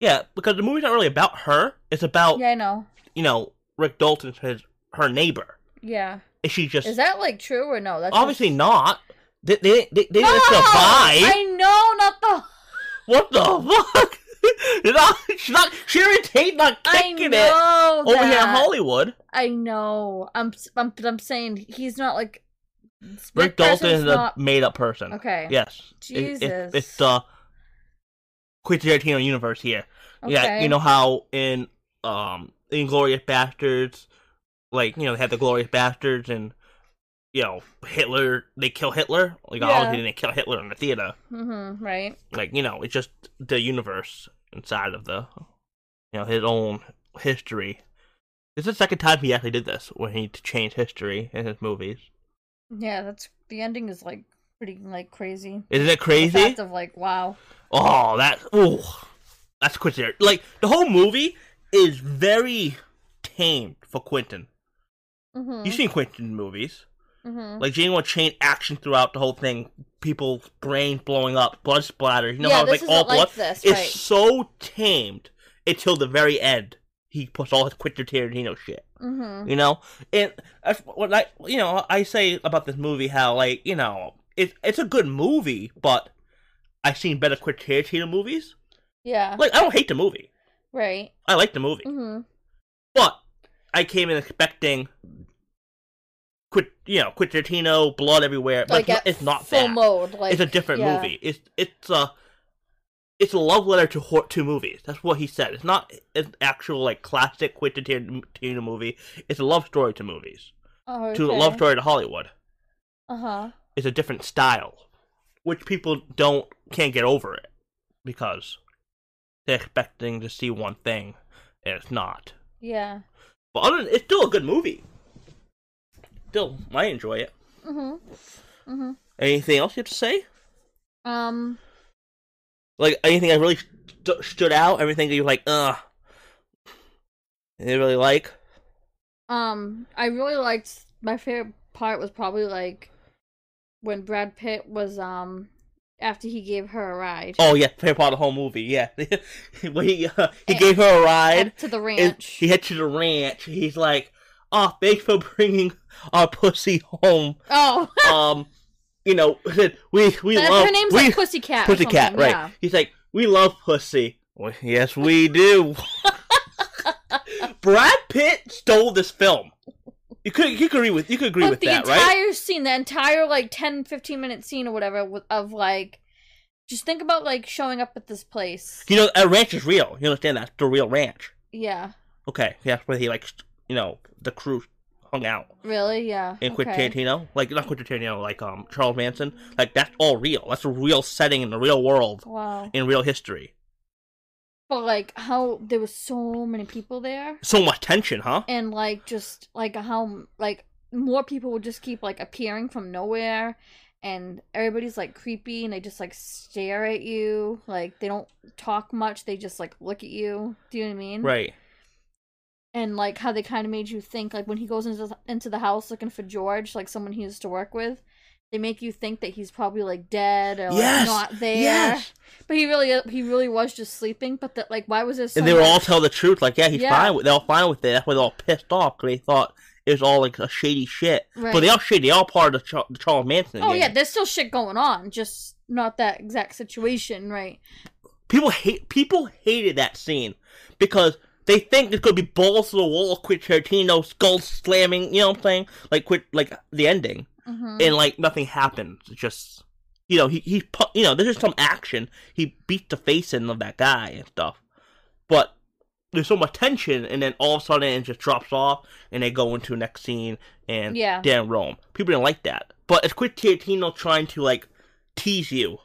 Speaker 2: yeah, because the movie's not really about her. It's about
Speaker 3: Yeah, I know.
Speaker 2: you know Rick Dalton, his her neighbor.
Speaker 3: Yeah,
Speaker 2: And she just
Speaker 3: is that like true or no? That's
Speaker 2: obviously
Speaker 3: just...
Speaker 2: not. They they they, they
Speaker 3: No,
Speaker 2: didn't survive.
Speaker 3: I know, not the.
Speaker 2: What the fuck? [LAUGHS] You're not, she's not Sharon Tate not
Speaker 3: I
Speaker 2: kicking it
Speaker 3: know
Speaker 2: over here in
Speaker 3: that.
Speaker 2: Hollywood.
Speaker 3: I know. I'm, I'm, but I'm saying he's not like. this
Speaker 2: Rick Dalton
Speaker 3: person's
Speaker 2: is
Speaker 3: not...
Speaker 2: a made up person.
Speaker 3: Okay.
Speaker 2: Yes. It- it-
Speaker 3: Jesus.
Speaker 2: it's the Quentin Tarantino universe here. Yeah,
Speaker 3: Okay.
Speaker 2: you know how in um Inglorious Bastards, like you know they had the Glorious Bastards and you know Hitler, they kill Hitler. Like
Speaker 3: Yeah.
Speaker 2: obviously they kill Hitler in the theater.
Speaker 3: Mm-hmm, right.
Speaker 2: Like you know it's just the universe inside of the you know his own history. This is the second time he actually did this when he changed history in his movies.
Speaker 3: Yeah, that's the ending is like pretty like crazy.
Speaker 2: Isn't it
Speaker 3: The
Speaker 2: crazy?
Speaker 3: fact of like wow.
Speaker 2: Oh, that ooh, that's Quentin. Like the whole movie is very tamed for Quentin.
Speaker 3: Mm-hmm.
Speaker 2: You've seen Quentin movies,
Speaker 3: mm-hmm.
Speaker 2: like Django Chain action throughout the whole thing. People's brains blowing up, blood splatter. You know
Speaker 3: Yeah,
Speaker 2: how it's
Speaker 3: this
Speaker 2: like all
Speaker 3: isn't
Speaker 2: blood.
Speaker 3: like this,
Speaker 2: it's
Speaker 3: right.
Speaker 2: so tamed until the very end. He puts all his Quentin Tarantino shit.
Speaker 3: Mm-hmm.
Speaker 2: You know, and that's what I you know I say about this movie how like you know it's it's a good movie, but I've seen better Quentin Tarantino movies.
Speaker 3: Yeah.
Speaker 2: Like I don't hate the movie.
Speaker 3: right.
Speaker 2: I like the movie,
Speaker 3: Mm-hmm.
Speaker 2: but I came in expecting, quit you know, Quentin Tarantino, blood everywhere. But it's,
Speaker 3: Like
Speaker 2: not,
Speaker 3: at
Speaker 2: it's not
Speaker 3: full
Speaker 2: that.
Speaker 3: mode. Like
Speaker 2: it's a different
Speaker 3: yeah.
Speaker 2: movie. It's it's a it's a love letter to hor- to movies. That's what he said. It's not an actual like classic Quentin Tarantino movie. It's a love story to movies.
Speaker 3: Oh,
Speaker 2: To a love story to Hollywood.
Speaker 3: Uh huh.
Speaker 2: It's a different style, which people don't can't get over it because they're expecting to see one thing and it's not.
Speaker 3: Yeah.
Speaker 2: But other than, it's still a good movie. Still, I enjoy it.
Speaker 3: Mm-hmm.
Speaker 2: Anything else you have to say?
Speaker 3: Um.
Speaker 2: Like anything that really st- stood out? Everything that you're like, ugh. They really like.
Speaker 3: Um. I really liked. My favorite part was probably like when Brad Pitt was um after he gave her a ride
Speaker 2: Oh yeah, favorite part of the whole movie. Yeah, [LAUGHS] when he uh, he gave her a ride.
Speaker 3: up to the
Speaker 2: and
Speaker 3: ranch.
Speaker 2: he heads to the ranch. He's like, "Oh, thanks for bringing our pussy
Speaker 3: [LAUGHS]
Speaker 2: home."
Speaker 3: Oh,
Speaker 2: Um, you know, [LAUGHS] we we
Speaker 3: that,
Speaker 2: love
Speaker 3: her name's
Speaker 2: we,
Speaker 3: like Pussycat. or
Speaker 2: Pussycat,
Speaker 3: something,
Speaker 2: right.
Speaker 3: Yeah.
Speaker 2: He's like, we love pussy. Well, yes, we
Speaker 3: [LAUGHS]
Speaker 2: do. Brad Pitt stole this film. You could you could agree with you could agree
Speaker 3: but
Speaker 2: with
Speaker 3: the
Speaker 2: that, right?
Speaker 3: entire scene the entire like 10 15 minute scene or whatever with- of like just think about like showing up at this place
Speaker 2: You know, a ranch is real. You understand that's the real ranch.
Speaker 3: yeah
Speaker 2: Okay, that's where he like st- you know the crew hung out
Speaker 3: really yeah
Speaker 2: and Quentin
Speaker 3: okay.
Speaker 2: Tarantino, like not Quentin Tarantino, like um Charles Manson, like that's all real. That's a real setting in the real world
Speaker 3: wow
Speaker 2: in real history.
Speaker 3: but like how there was so many people there
Speaker 2: So much tension, huh?
Speaker 3: and like just like how like more people would just keep like appearing from nowhere and everybody's like creepy and they just like stare at you like they don't talk much they just like look at you do you know what i mean
Speaker 2: Right.
Speaker 3: and like how they kind of made you think like when he goes into the, into the house looking for George, like someone he used to work with, they make you think that he's probably like dead or like,
Speaker 2: Yes!
Speaker 3: not there.
Speaker 2: Yes!
Speaker 3: But he really he really was just sleeping. But that like why was this?
Speaker 2: and they were all tell the truth, like, yeah, he's
Speaker 3: Yeah.
Speaker 2: fine. With, they're all fine with it. That's why they're all pissed off because they thought it was all like a shady shit. But they
Speaker 3: Right.
Speaker 2: all shady. They all part of the, Char- the Charles Manson.
Speaker 3: Oh
Speaker 2: gang.
Speaker 3: yeah, there's still shit going on, just not that exact situation, right?
Speaker 2: people hate. People hated that scene because they think there's gonna be balls to the wall, quit Tarantino, skull slamming. You know what I'm saying? Like quit, like the ending,
Speaker 3: hmm
Speaker 2: and like nothing happens. It's just you know he he pu- you know there's just some action. He beat the face in of that guy and stuff, but there's so much tension, and then all of a sudden it just drops off, and they go into next scene and
Speaker 3: Yeah.
Speaker 2: they're in Rome. People didn't like that, but it's Quentin Tarantino trying to like tease you,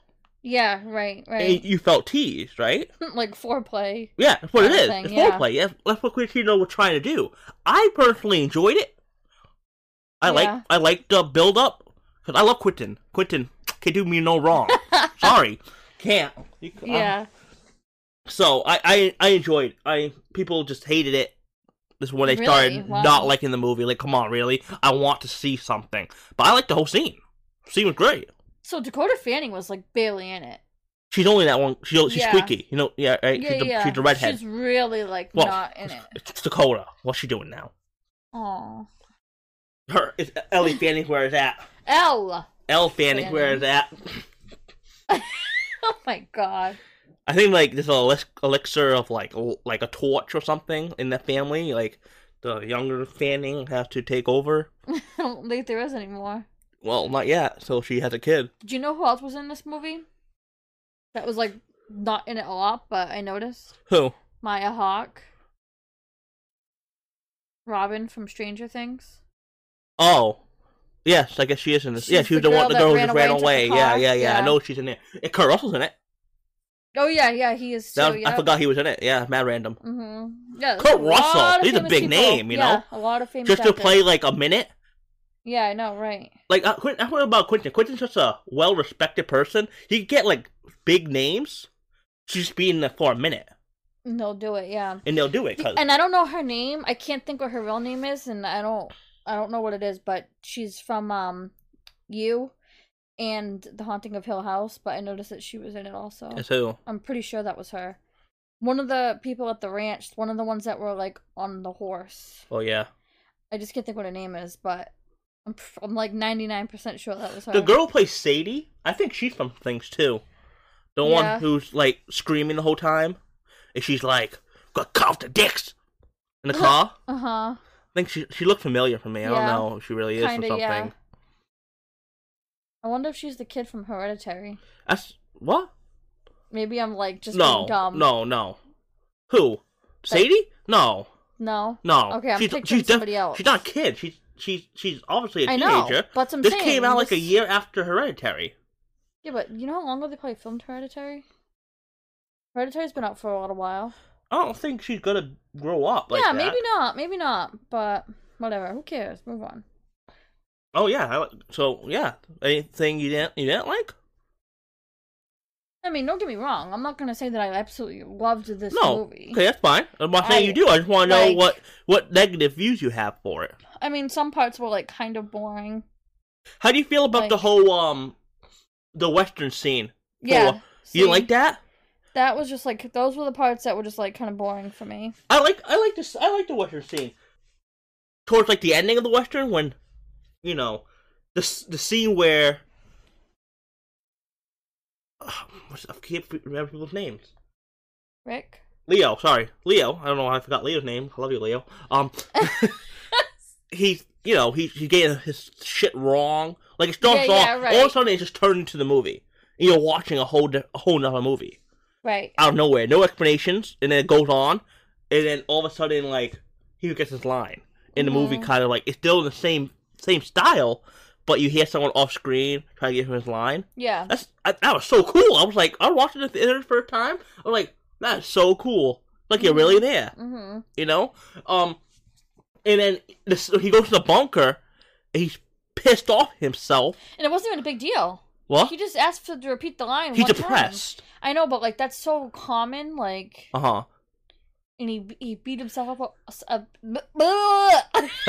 Speaker 3: Yeah, right,
Speaker 2: and
Speaker 3: right.
Speaker 2: you felt teased, right?
Speaker 3: [LAUGHS] like foreplay.
Speaker 2: Yeah, that's what it
Speaker 3: Kind of
Speaker 2: is.
Speaker 3: thing,
Speaker 2: it's
Speaker 3: yeah.
Speaker 2: foreplay. That's, that's what Quintino was trying to do. I personally enjoyed it. I
Speaker 3: Yeah.
Speaker 2: like I like the build up. Because I love Quentin. Quentin can do me no
Speaker 3: [LAUGHS]
Speaker 2: wrong. Sorry, can't. You c- uh,
Speaker 3: Yeah.
Speaker 2: so I, I I enjoyed. I people just hated it. This is when they
Speaker 3: Really?
Speaker 2: started
Speaker 3: Wow.
Speaker 2: not liking the movie. Like, come on, really? I want to see something. But I like the whole scene. Scene was great.
Speaker 3: So Dakota Fanning was like barely in it.
Speaker 2: She's only that one. She, she's
Speaker 3: Yeah.
Speaker 2: squeaky. You know, yeah, right?
Speaker 3: Yeah,
Speaker 2: she's, the,
Speaker 3: yeah.
Speaker 2: she's the redhead.
Speaker 3: She's really like not in it.
Speaker 2: It's Dakota. What's she doing now?
Speaker 3: Oh,
Speaker 2: Her it's Ellie Fanning where is at.
Speaker 3: L. [LAUGHS]
Speaker 2: Elle Fanning where is
Speaker 3: Fanning.
Speaker 2: at.
Speaker 3: Oh my god. [LAUGHS]
Speaker 2: I think like there's an elis- elixir of like l- like a torch or something in that family. Like the younger Fanning has to take over.
Speaker 3: I don't think there is anymore.
Speaker 2: Well, not yet. So she has a kid.
Speaker 3: Do you know who else was in this movie? That was like not in it a lot, but I noticed
Speaker 2: Who?
Speaker 3: Maya Hawk, Robin from Stranger Things.
Speaker 2: Oh, yes. I guess she is in this. yeah,
Speaker 3: She's
Speaker 2: she was
Speaker 3: the
Speaker 2: the, one.
Speaker 3: girl
Speaker 2: The
Speaker 3: that
Speaker 2: girl who just ran
Speaker 3: ran away and took
Speaker 2: away.
Speaker 3: the
Speaker 2: Yeah,
Speaker 3: car?
Speaker 2: yeah, yeah, I
Speaker 3: Yeah.
Speaker 2: know she's in it. And Kurt Russell's in it.
Speaker 3: Oh yeah, yeah, he is too.
Speaker 2: That-
Speaker 3: yeah.
Speaker 2: I forgot he was in it. Yeah, mad random.
Speaker 3: Mm-hmm. Yeah, there's
Speaker 2: Kurt
Speaker 3: a lot
Speaker 2: Russell,
Speaker 3: of
Speaker 2: he's a
Speaker 3: famous
Speaker 2: big
Speaker 3: people.
Speaker 2: name, you
Speaker 3: Yeah,
Speaker 2: know?
Speaker 3: A lot of famous.
Speaker 2: Just to
Speaker 3: actors.
Speaker 2: play like a minute.
Speaker 3: Yeah, I know, right?
Speaker 2: Like uh, Quentin, I don't know about Quentin. Quentin's such a well-respected person. He could get like big names, to just be in there for a minute,
Speaker 3: And they'll do it. Yeah.
Speaker 2: and they'll do it. 'cause-
Speaker 3: and I don't know her name. I can't think what her real name is, and I don't I don't know what it is, but she's from um you and The Haunting of Hill House, but I noticed that she was in it also.
Speaker 2: That's who.
Speaker 3: I'm pretty sure that was her. One of the people at the ranch, one of the ones that were like on the horse.
Speaker 2: Oh yeah,
Speaker 3: I just can't think what her name is, but I'm pr- I'm like 99% sure that was her.
Speaker 2: the girl who plays Sadie. I think she's from things too. The
Speaker 3: Yeah.
Speaker 2: one who's like screaming the whole time, and she's like, "Got cough the dicks," in
Speaker 3: [LAUGHS]
Speaker 2: the car.
Speaker 3: Uh-huh.
Speaker 2: I think she she looked familiar for me. I
Speaker 3: Yeah.
Speaker 2: don't know if she really is or
Speaker 3: Kinda,
Speaker 2: something.
Speaker 3: yeah. I wonder if she's the kid from Hereditary.
Speaker 2: That's what?
Speaker 3: Maybe I'm like just
Speaker 2: no,
Speaker 3: being dumb.
Speaker 2: no, no. Who? Sadie? No.
Speaker 3: No.
Speaker 2: No.
Speaker 3: Okay, I'm
Speaker 2: she's,
Speaker 3: picturing
Speaker 2: she's def-
Speaker 3: somebody else.
Speaker 2: She's not a kid. She's she's she's obviously a
Speaker 3: I know,
Speaker 2: teenager.
Speaker 3: but I'm
Speaker 2: this
Speaker 3: saying,
Speaker 2: came out like a
Speaker 3: this-
Speaker 2: year after Hereditary.
Speaker 3: Yeah, but you know how long ago they probably filmed Hereditary? Hereditary's been out for a little while.
Speaker 2: I don't think she's gonna grow up. Like
Speaker 3: yeah,
Speaker 2: that.
Speaker 3: maybe not, maybe not, but whatever. Who cares? Move on.
Speaker 2: Oh yeah. I, like- so yeah, anything you didn't you didn't like?
Speaker 3: I mean, don't get me wrong. I'm not gonna say that I absolutely loved this
Speaker 2: no.
Speaker 3: movie.
Speaker 2: Okay, that's fine. I'm not saying
Speaker 3: I-
Speaker 2: you do. I just want to know
Speaker 3: like-
Speaker 2: what what negative views you have for it.
Speaker 3: I mean, some parts were like kind of boring.
Speaker 2: How do you feel about the
Speaker 3: Like-
Speaker 2: whole um the western scene?
Speaker 3: Yeah.
Speaker 2: Cool. You
Speaker 3: see?
Speaker 2: like that?
Speaker 3: That was just like those were the parts that were just like kind of boring for me.
Speaker 2: I like I like this I like the western scene. Towards like the ending of the western when you know the s- the scene where [SIGHS] Ugh, what's, I can't f- remember people's names.
Speaker 3: Rick,
Speaker 2: Leo, sorry, Leo. I don't know why I forgot Leo's name. I love you, Leo.
Speaker 3: [LAUGHS]
Speaker 2: Um, he's you know he he's getting his shit wrong. Like it starts
Speaker 3: Yeah,
Speaker 2: off
Speaker 3: yeah, right.
Speaker 2: all of a sudden it just turned into the movie. You're watching a whole di- a whole nother movie
Speaker 3: right?
Speaker 2: out of nowhere, no explanations, and then it goes on, and then all of a sudden, like he gets his line, and the movie
Speaker 3: Mm-hmm.
Speaker 2: kind of like it's still in the same same style, but you hear someone off screen trying to get him his line.
Speaker 3: Yeah,
Speaker 2: That's I, that was so cool. I was like, I watched it at the theater for a time. I was like, that's so cool. Like you're really there,
Speaker 3: hmm
Speaker 2: you know? Um, and then this, he goes to the bunker, and he's pissed off himself.
Speaker 3: and it wasn't even a big deal.
Speaker 2: What?
Speaker 3: He just asked for to repeat the line.
Speaker 2: he's
Speaker 3: one time.
Speaker 2: depressed.
Speaker 3: I know, but like that's so common. Like,
Speaker 2: Uh huh.
Speaker 3: and he he beat himself up. up, [LAUGHS] up
Speaker 2: No,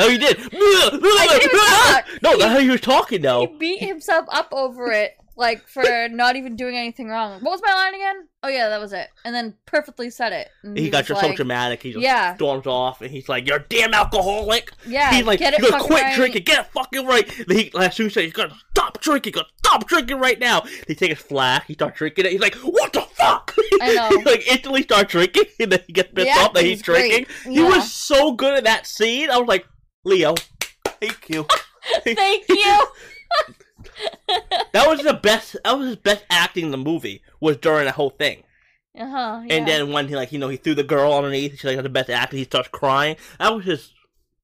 Speaker 2: he did.
Speaker 3: can't even talk.
Speaker 2: [LAUGHS] No, that's how you were talking though.
Speaker 3: he beat himself up over it, like for not even doing anything wrong. What was my line again? Oh yeah, that was it. And then perfectly said it. And
Speaker 2: he got
Speaker 3: was
Speaker 2: just so
Speaker 3: like,
Speaker 2: dramatic. He just
Speaker 3: Yeah.
Speaker 2: storms off, and he's like, "You're a damn alcoholic."
Speaker 3: Yeah,
Speaker 2: he's like,
Speaker 3: get it
Speaker 2: "You're gonna
Speaker 3: fucking
Speaker 2: quit
Speaker 3: right."
Speaker 2: drinking. [LAUGHS] Get it fucking right." Then he last week said, "He's gonna stop drinking. Gonna stop drinking right now." He takes his flask. He starts drinking it. He's like, "What the fuck?" [LAUGHS]
Speaker 3: I know.
Speaker 2: he like instantly starts drinking, [LAUGHS] and then he gets pissed
Speaker 3: Yeah,
Speaker 2: off that he's
Speaker 3: he's great.
Speaker 2: drinking. He
Speaker 3: Yeah.
Speaker 2: was so good in that scene. I was like, "Leo, thank
Speaker 3: [LAUGHS]
Speaker 2: you."
Speaker 3: Thank you.
Speaker 2: That was the best. That was his best acting in the movie. Was during that whole thing.
Speaker 3: Uh huh.
Speaker 2: And then when he like you know he threw the girl underneath, she's like the best actor. He starts crying. That was his.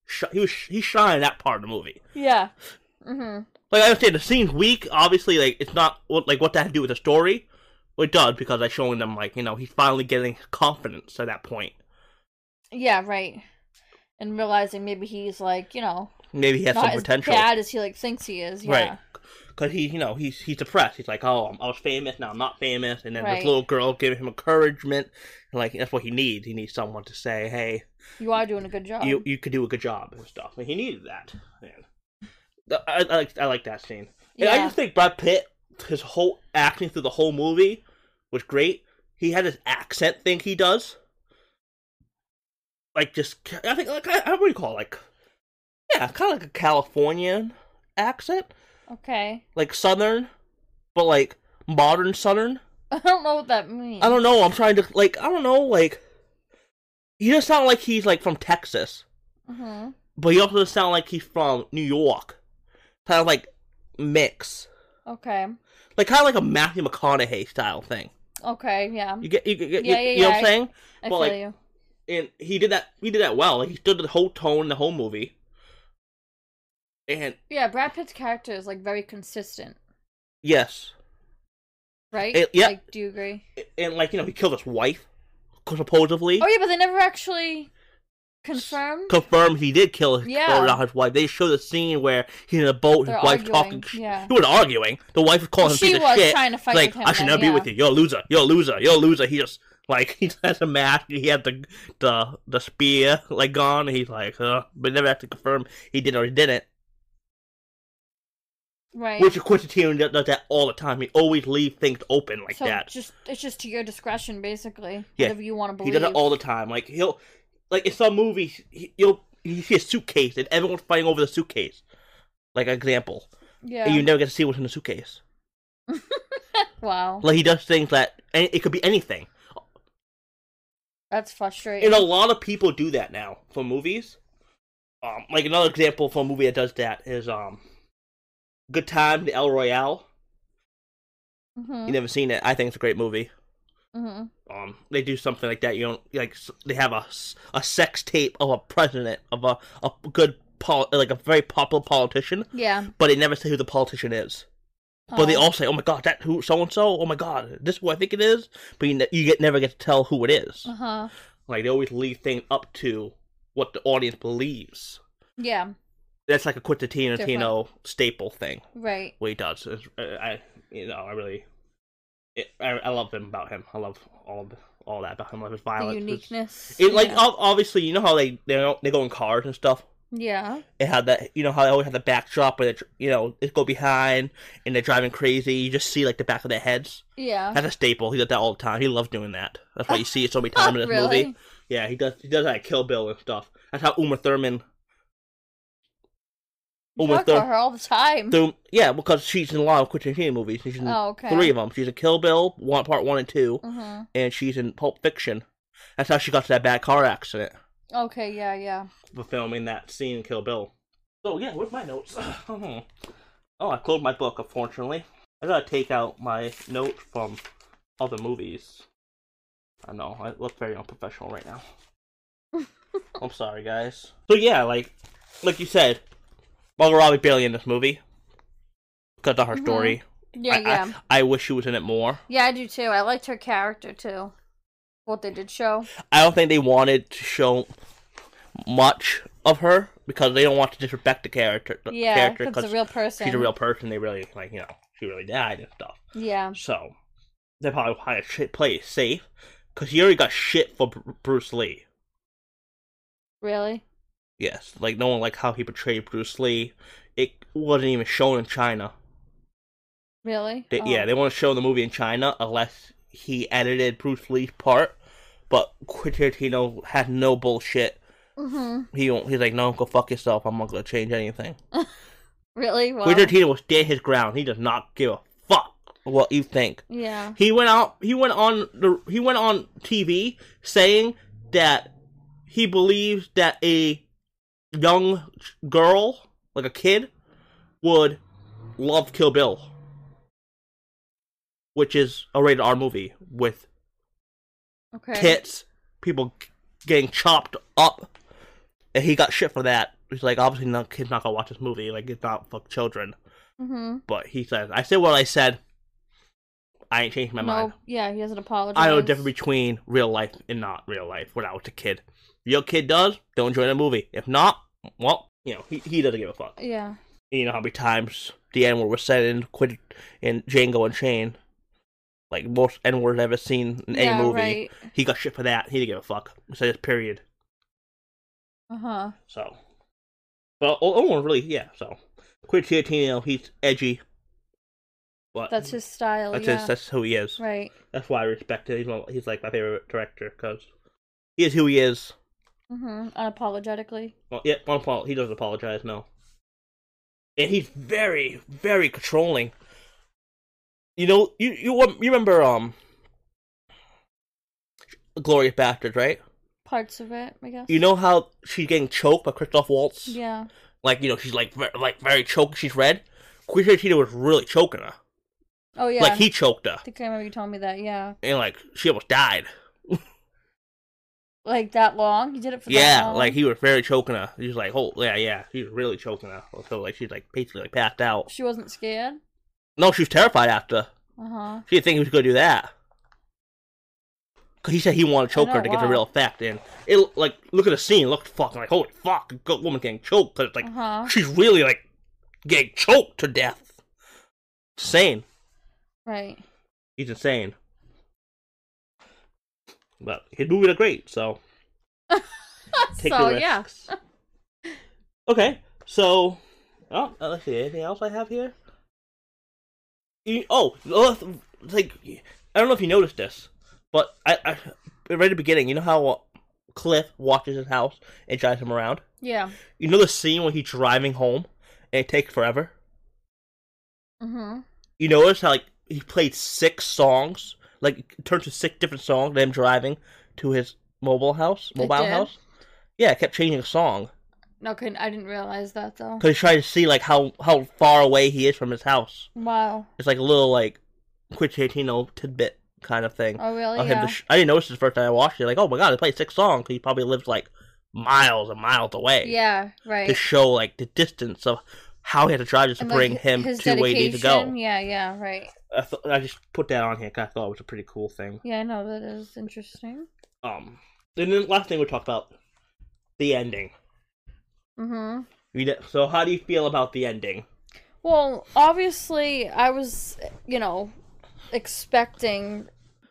Speaker 2: Sh- he was he shined in that part of the movie.
Speaker 3: yeah. Mm-hmm.
Speaker 2: Like I understand the scene's weak. Obviously, like it's not what like what that had to do with the story. Well, it does because I showing them like you know he's finally getting confidence at that point.
Speaker 3: Yeah. Right. And realizing maybe he's like you know
Speaker 2: Maybe he has
Speaker 3: not
Speaker 2: some
Speaker 3: as
Speaker 2: potential,
Speaker 3: bad as he like thinks he is. Yeah.
Speaker 2: right? because he, you know, he's he's depressed. He's like, oh, I was famous, now I'm not famous. And then
Speaker 3: Right.
Speaker 2: this little girl giving him encouragement, and like that's what he needs. He needs someone to say, hey,
Speaker 3: You are doing a good job.
Speaker 2: you you could do a good job and stuff. And Um, he needed that. Man. I, I like I like that scene. And I
Speaker 3: Yeah.
Speaker 2: just think Brad Pitt, his whole acting through the whole movie was great. He had his accent thing he does, like just I think like I, I what do you call it? like, yeah, kind of like a Californian accent,
Speaker 3: Okay. [LAUGHS]
Speaker 2: like Southern, but like modern Southern.
Speaker 3: I don't know what that means.
Speaker 2: I don't know. I'm trying to like I don't know like. He does sound like he's like from Texas
Speaker 3: Mhm.
Speaker 2: but he also doesn't sound like he's from New York. Kind of like mix,
Speaker 3: Okay.
Speaker 2: like kind of like a Matthew McConaughey style thing.
Speaker 3: Okay. Yeah.
Speaker 2: You get, you, get, you-
Speaker 3: Yeah, yeah,
Speaker 2: you know what I'm
Speaker 3: yeah, I-
Speaker 2: saying?
Speaker 3: I
Speaker 2: Well,
Speaker 3: feel
Speaker 2: like-
Speaker 3: you.
Speaker 2: And he did that. He did that well. Like he stood the whole tone, the whole movie. And
Speaker 3: Yeah, Brad Pitt's character is like very consistent,
Speaker 2: yes,
Speaker 3: right?
Speaker 2: Eh, yeah.
Speaker 3: Like, do you agree?
Speaker 2: and like you know, he killed his wife, supposedly.
Speaker 3: Oh yeah, but they never actually confirmed.
Speaker 2: Confirmed he did kill his,
Speaker 3: Yeah.
Speaker 2: or not his wife. They show the scene where he's in a boat, his
Speaker 3: They're
Speaker 2: wife's
Speaker 3: arguing,
Speaker 2: talking. sh-
Speaker 3: yeah.
Speaker 2: He was arguing. The wife was calling
Speaker 3: Well,
Speaker 2: him a
Speaker 3: she
Speaker 2: piece of
Speaker 3: was
Speaker 2: shit.
Speaker 3: trying to fight
Speaker 2: like,
Speaker 3: with him
Speaker 2: I should
Speaker 3: then,
Speaker 2: never be
Speaker 3: yeah.
Speaker 2: with you. You're a loser. You're a loser. You're a loser. He just like [LAUGHS] he has a mask. He had the the the spear like gone. And he's like, uh, but never have to confirm he did or he didn't.
Speaker 3: Right.
Speaker 2: Which of course, Tarantino does- does that all the time. He always leaves things open like
Speaker 3: so
Speaker 2: that.
Speaker 3: just it's just to your discretion, basically.
Speaker 2: Yeah,
Speaker 3: Whatever you want to
Speaker 2: He
Speaker 3: believe.
Speaker 2: does it all the time. Like he'll like in some movies, he, you'll you see a suitcase and everyone's fighting over the suitcase. Like an example,
Speaker 3: yeah.
Speaker 2: and you never get to see what's in the suitcase.
Speaker 3: wow.
Speaker 2: Like he does things that and it could be anything.
Speaker 3: That's frustrating.
Speaker 2: And a lot of people do that now for movies. Um, like another example for a movie that does that is um, Good Time, The El Royale. You
Speaker 3: Mhm.
Speaker 2: never seen it? I think it's a great movie.
Speaker 3: Mhm.
Speaker 2: Um, they do something like that. You don't like s- they have a, s- a sex tape of a president of a a good pol- like a very popular politician,
Speaker 3: Yeah.
Speaker 2: but they never say who the politician is. But they
Speaker 3: Oh.
Speaker 2: all say, "Oh my god, that who so and so? Oh my god, this is who I think it is." But you, ne- you get never get to tell who it is.
Speaker 3: Uh-huh.
Speaker 2: Like they always leave things up to what the audience believes.
Speaker 3: Yeah.
Speaker 2: That's like a Quentin Tarantino
Speaker 3: Different.
Speaker 2: staple thing.
Speaker 3: Right.
Speaker 2: What he does, It's- uh, I you know I really, it, I, I love him about him. I love all of- all that about him. I love his
Speaker 3: The
Speaker 2: violence. his-
Speaker 3: uniqueness.
Speaker 2: It, like
Speaker 3: yeah.
Speaker 2: ob- obviously you know how they they don't- they go in cars and stuff.
Speaker 3: yeah.
Speaker 2: It had that you know how they always have the backdrop where they tr- you know they go behind and they're driving crazy. You just see like the back of their heads.
Speaker 3: Yeah.
Speaker 2: That's a staple. He does that all the time. He loves doing that. That's why you see
Speaker 3: [LAUGHS]
Speaker 2: it so many times in this
Speaker 3: Really?
Speaker 2: movie. Yeah, he does. He does that at Kill Bill and stuff. That's how Uma Thurman.
Speaker 3: You
Speaker 2: Uma
Speaker 3: talk about
Speaker 2: Thur-
Speaker 3: her all the time.
Speaker 2: Thurman. Yeah, because she's in a lot of Quentin Tarantino movies. She's in
Speaker 3: Oh, okay.
Speaker 2: three of them. She's in Kill Bill, one part one and two,
Speaker 3: Mhm.
Speaker 2: and she's in Pulp Fiction. That's how she got to that bad car accident
Speaker 3: Okay. Yeah. Yeah.
Speaker 2: for filming that scene in Kill Bill. So yeah, where's my notes? [LAUGHS] oh, I closed my book. Unfortunately, I gotta take out my notes from other movies. I know I look very unprofessional right
Speaker 3: [LAUGHS]
Speaker 2: now. I'm sorry, guys. So yeah, like, like you said, Margot Robbie barely in this movie because of her story.
Speaker 3: Mm-hmm. Yeah.
Speaker 2: I, I-
Speaker 3: yeah.
Speaker 2: I, wish she was in it more.
Speaker 3: Yeah, I do too. I liked her character too. What they did show.
Speaker 2: I don't think they wanted to show much of her because they don't want to disrespect the character. The
Speaker 3: Yeah,
Speaker 2: character
Speaker 3: because it's a real person.
Speaker 2: she's a real person. They really like you know she really died and stuff.
Speaker 3: Yeah.
Speaker 2: So they probably wanted to play it safe because he already got shit for Br- Bruce Lee.
Speaker 3: Really?
Speaker 2: Yes, like no one liked how he portrayed Bruce Lee. It wasn't even shown in China.
Speaker 3: Really?
Speaker 2: They,
Speaker 3: Oh.
Speaker 2: Yeah, they want to show the movie in China unless he edited Bruce Lee's part. But Quentin Tarantino had no bullshit.
Speaker 3: Mhm.
Speaker 2: He won't- he's like, no, go fuck yourself. I'm not gonna change anything.
Speaker 3: Really? Wow.
Speaker 2: Quentin Tarantino will stand his ground. He does not give a fuck what you think.
Speaker 3: yeah.
Speaker 2: He went out. He went on the. He went on TV saying that he believes that a young girl, like a kid, would love Kill Bill, which is a rated R movie with
Speaker 3: Okay.
Speaker 2: tits, people g- getting chopped up, and he got shit for that. He's like, obviously, no kid's not gonna watch this movie. Like, it's not for children.
Speaker 3: Mhm.
Speaker 2: But he says, "I said what I said. I ain't changed my
Speaker 3: no.
Speaker 2: mind."
Speaker 3: Yeah, he doesn't apologize.
Speaker 2: I know the difference between real life and not real life when I was a kid. If your kid does, don't join the movie. If not, well, you know, he, he doesn't give a fuck.
Speaker 3: Yeah.
Speaker 2: you know how many times the N word was said in Quid in Django and Chain, like most N word ever seen in
Speaker 3: yeah,
Speaker 2: any movie.
Speaker 3: right.
Speaker 2: He got shit for that. He didn't give a fuck. So just period.
Speaker 3: Uh huh.
Speaker 2: So, but O- Owen really, yeah. So, Quid Tarantino, he's edgy. But
Speaker 3: That's his style.
Speaker 2: That's
Speaker 3: yeah.
Speaker 2: his, that's who he is.
Speaker 3: Right.
Speaker 2: That's why I respect him. He's, one, he's like my favorite director because he is who he is.
Speaker 3: Mm-hmm. Unapologetically.
Speaker 2: Well, yeah, on Paul, he doesn't apologize, no. And he's very, very controlling. You know, you you, you remember um, Gloria Bastards, right?
Speaker 3: Parts of it, I guess.
Speaker 2: You know how she's getting choked by Christoph Waltz,
Speaker 3: Yeah.
Speaker 2: like you know she's like ver- like very choked. She's red. Queen Tina was really choking her,
Speaker 3: Oh yeah.
Speaker 2: like he choked her,
Speaker 3: I think I remember you telling me that. Yeah.
Speaker 2: and like she almost died.
Speaker 3: Like that long. You did it for that
Speaker 2: Yeah,
Speaker 3: long?
Speaker 2: like he was very choking her. He was like, oh yeah, yeah, he was really choking her. So like she's like basically like passed out.
Speaker 3: She wasn't scared.
Speaker 2: No, she was terrified after.
Speaker 3: Uh huh.
Speaker 2: She didn't think he was going to do that. Cause he said he wanted to choke
Speaker 3: I
Speaker 2: her
Speaker 3: know,
Speaker 2: to get the
Speaker 3: wow.
Speaker 2: real effect, and it like look at the scene, look fucking like holy fuck, a good woman getting choked, cause it's like
Speaker 3: Uh huh.
Speaker 2: she's really like getting choked to death. Insane,
Speaker 3: Right.
Speaker 2: he's insane. But his movies are great, so take
Speaker 3: so
Speaker 2: the risks.
Speaker 3: yeah. [LAUGHS]
Speaker 2: Okay, so oh, uh, let's see. Anything else I have here? You, oh, uh, like I don't know if you noticed this, but I, I right at the beginning, you know how uh, Cliff watches his house and drives him around.
Speaker 3: Yeah.
Speaker 2: You know the scene when he's driving home and it takes forever.
Speaker 3: Mm-hmm.
Speaker 2: You notice how like he played six songs, like it turned to six different songs. Them driving to his mobile house, mobile
Speaker 3: did?
Speaker 2: house. Yeah, it kept changing the song.
Speaker 3: No, couldn't, I didn't realize that though.
Speaker 2: because he's trying to see like how how far away he is from his house.
Speaker 3: Wow.
Speaker 2: It's like a little like Quintino tidbit kind of thing.
Speaker 3: Oh really?
Speaker 2: of him
Speaker 3: yeah.
Speaker 2: to sh- I didn't notice this the first time I watched it. Like, oh my god, they played six songs. He probably lives like miles and miles away.
Speaker 3: yeah. Right.
Speaker 2: To show like the distance of how he had to drive just to
Speaker 3: And, like,
Speaker 2: bring
Speaker 3: hi-
Speaker 2: him
Speaker 3: his
Speaker 2: to where he needs to
Speaker 3: dedication.
Speaker 2: go.
Speaker 3: Yeah. Yeah. Right.
Speaker 2: I, th- I just put that on here because I thought it was a pretty cool thing.
Speaker 3: Yeah. I know that is interesting.
Speaker 2: Um, and then last thing we talked about the ending.
Speaker 3: Mm-hmm.
Speaker 2: You know- So how do you feel about the ending?
Speaker 3: Well, obviously, I was, you know, expecting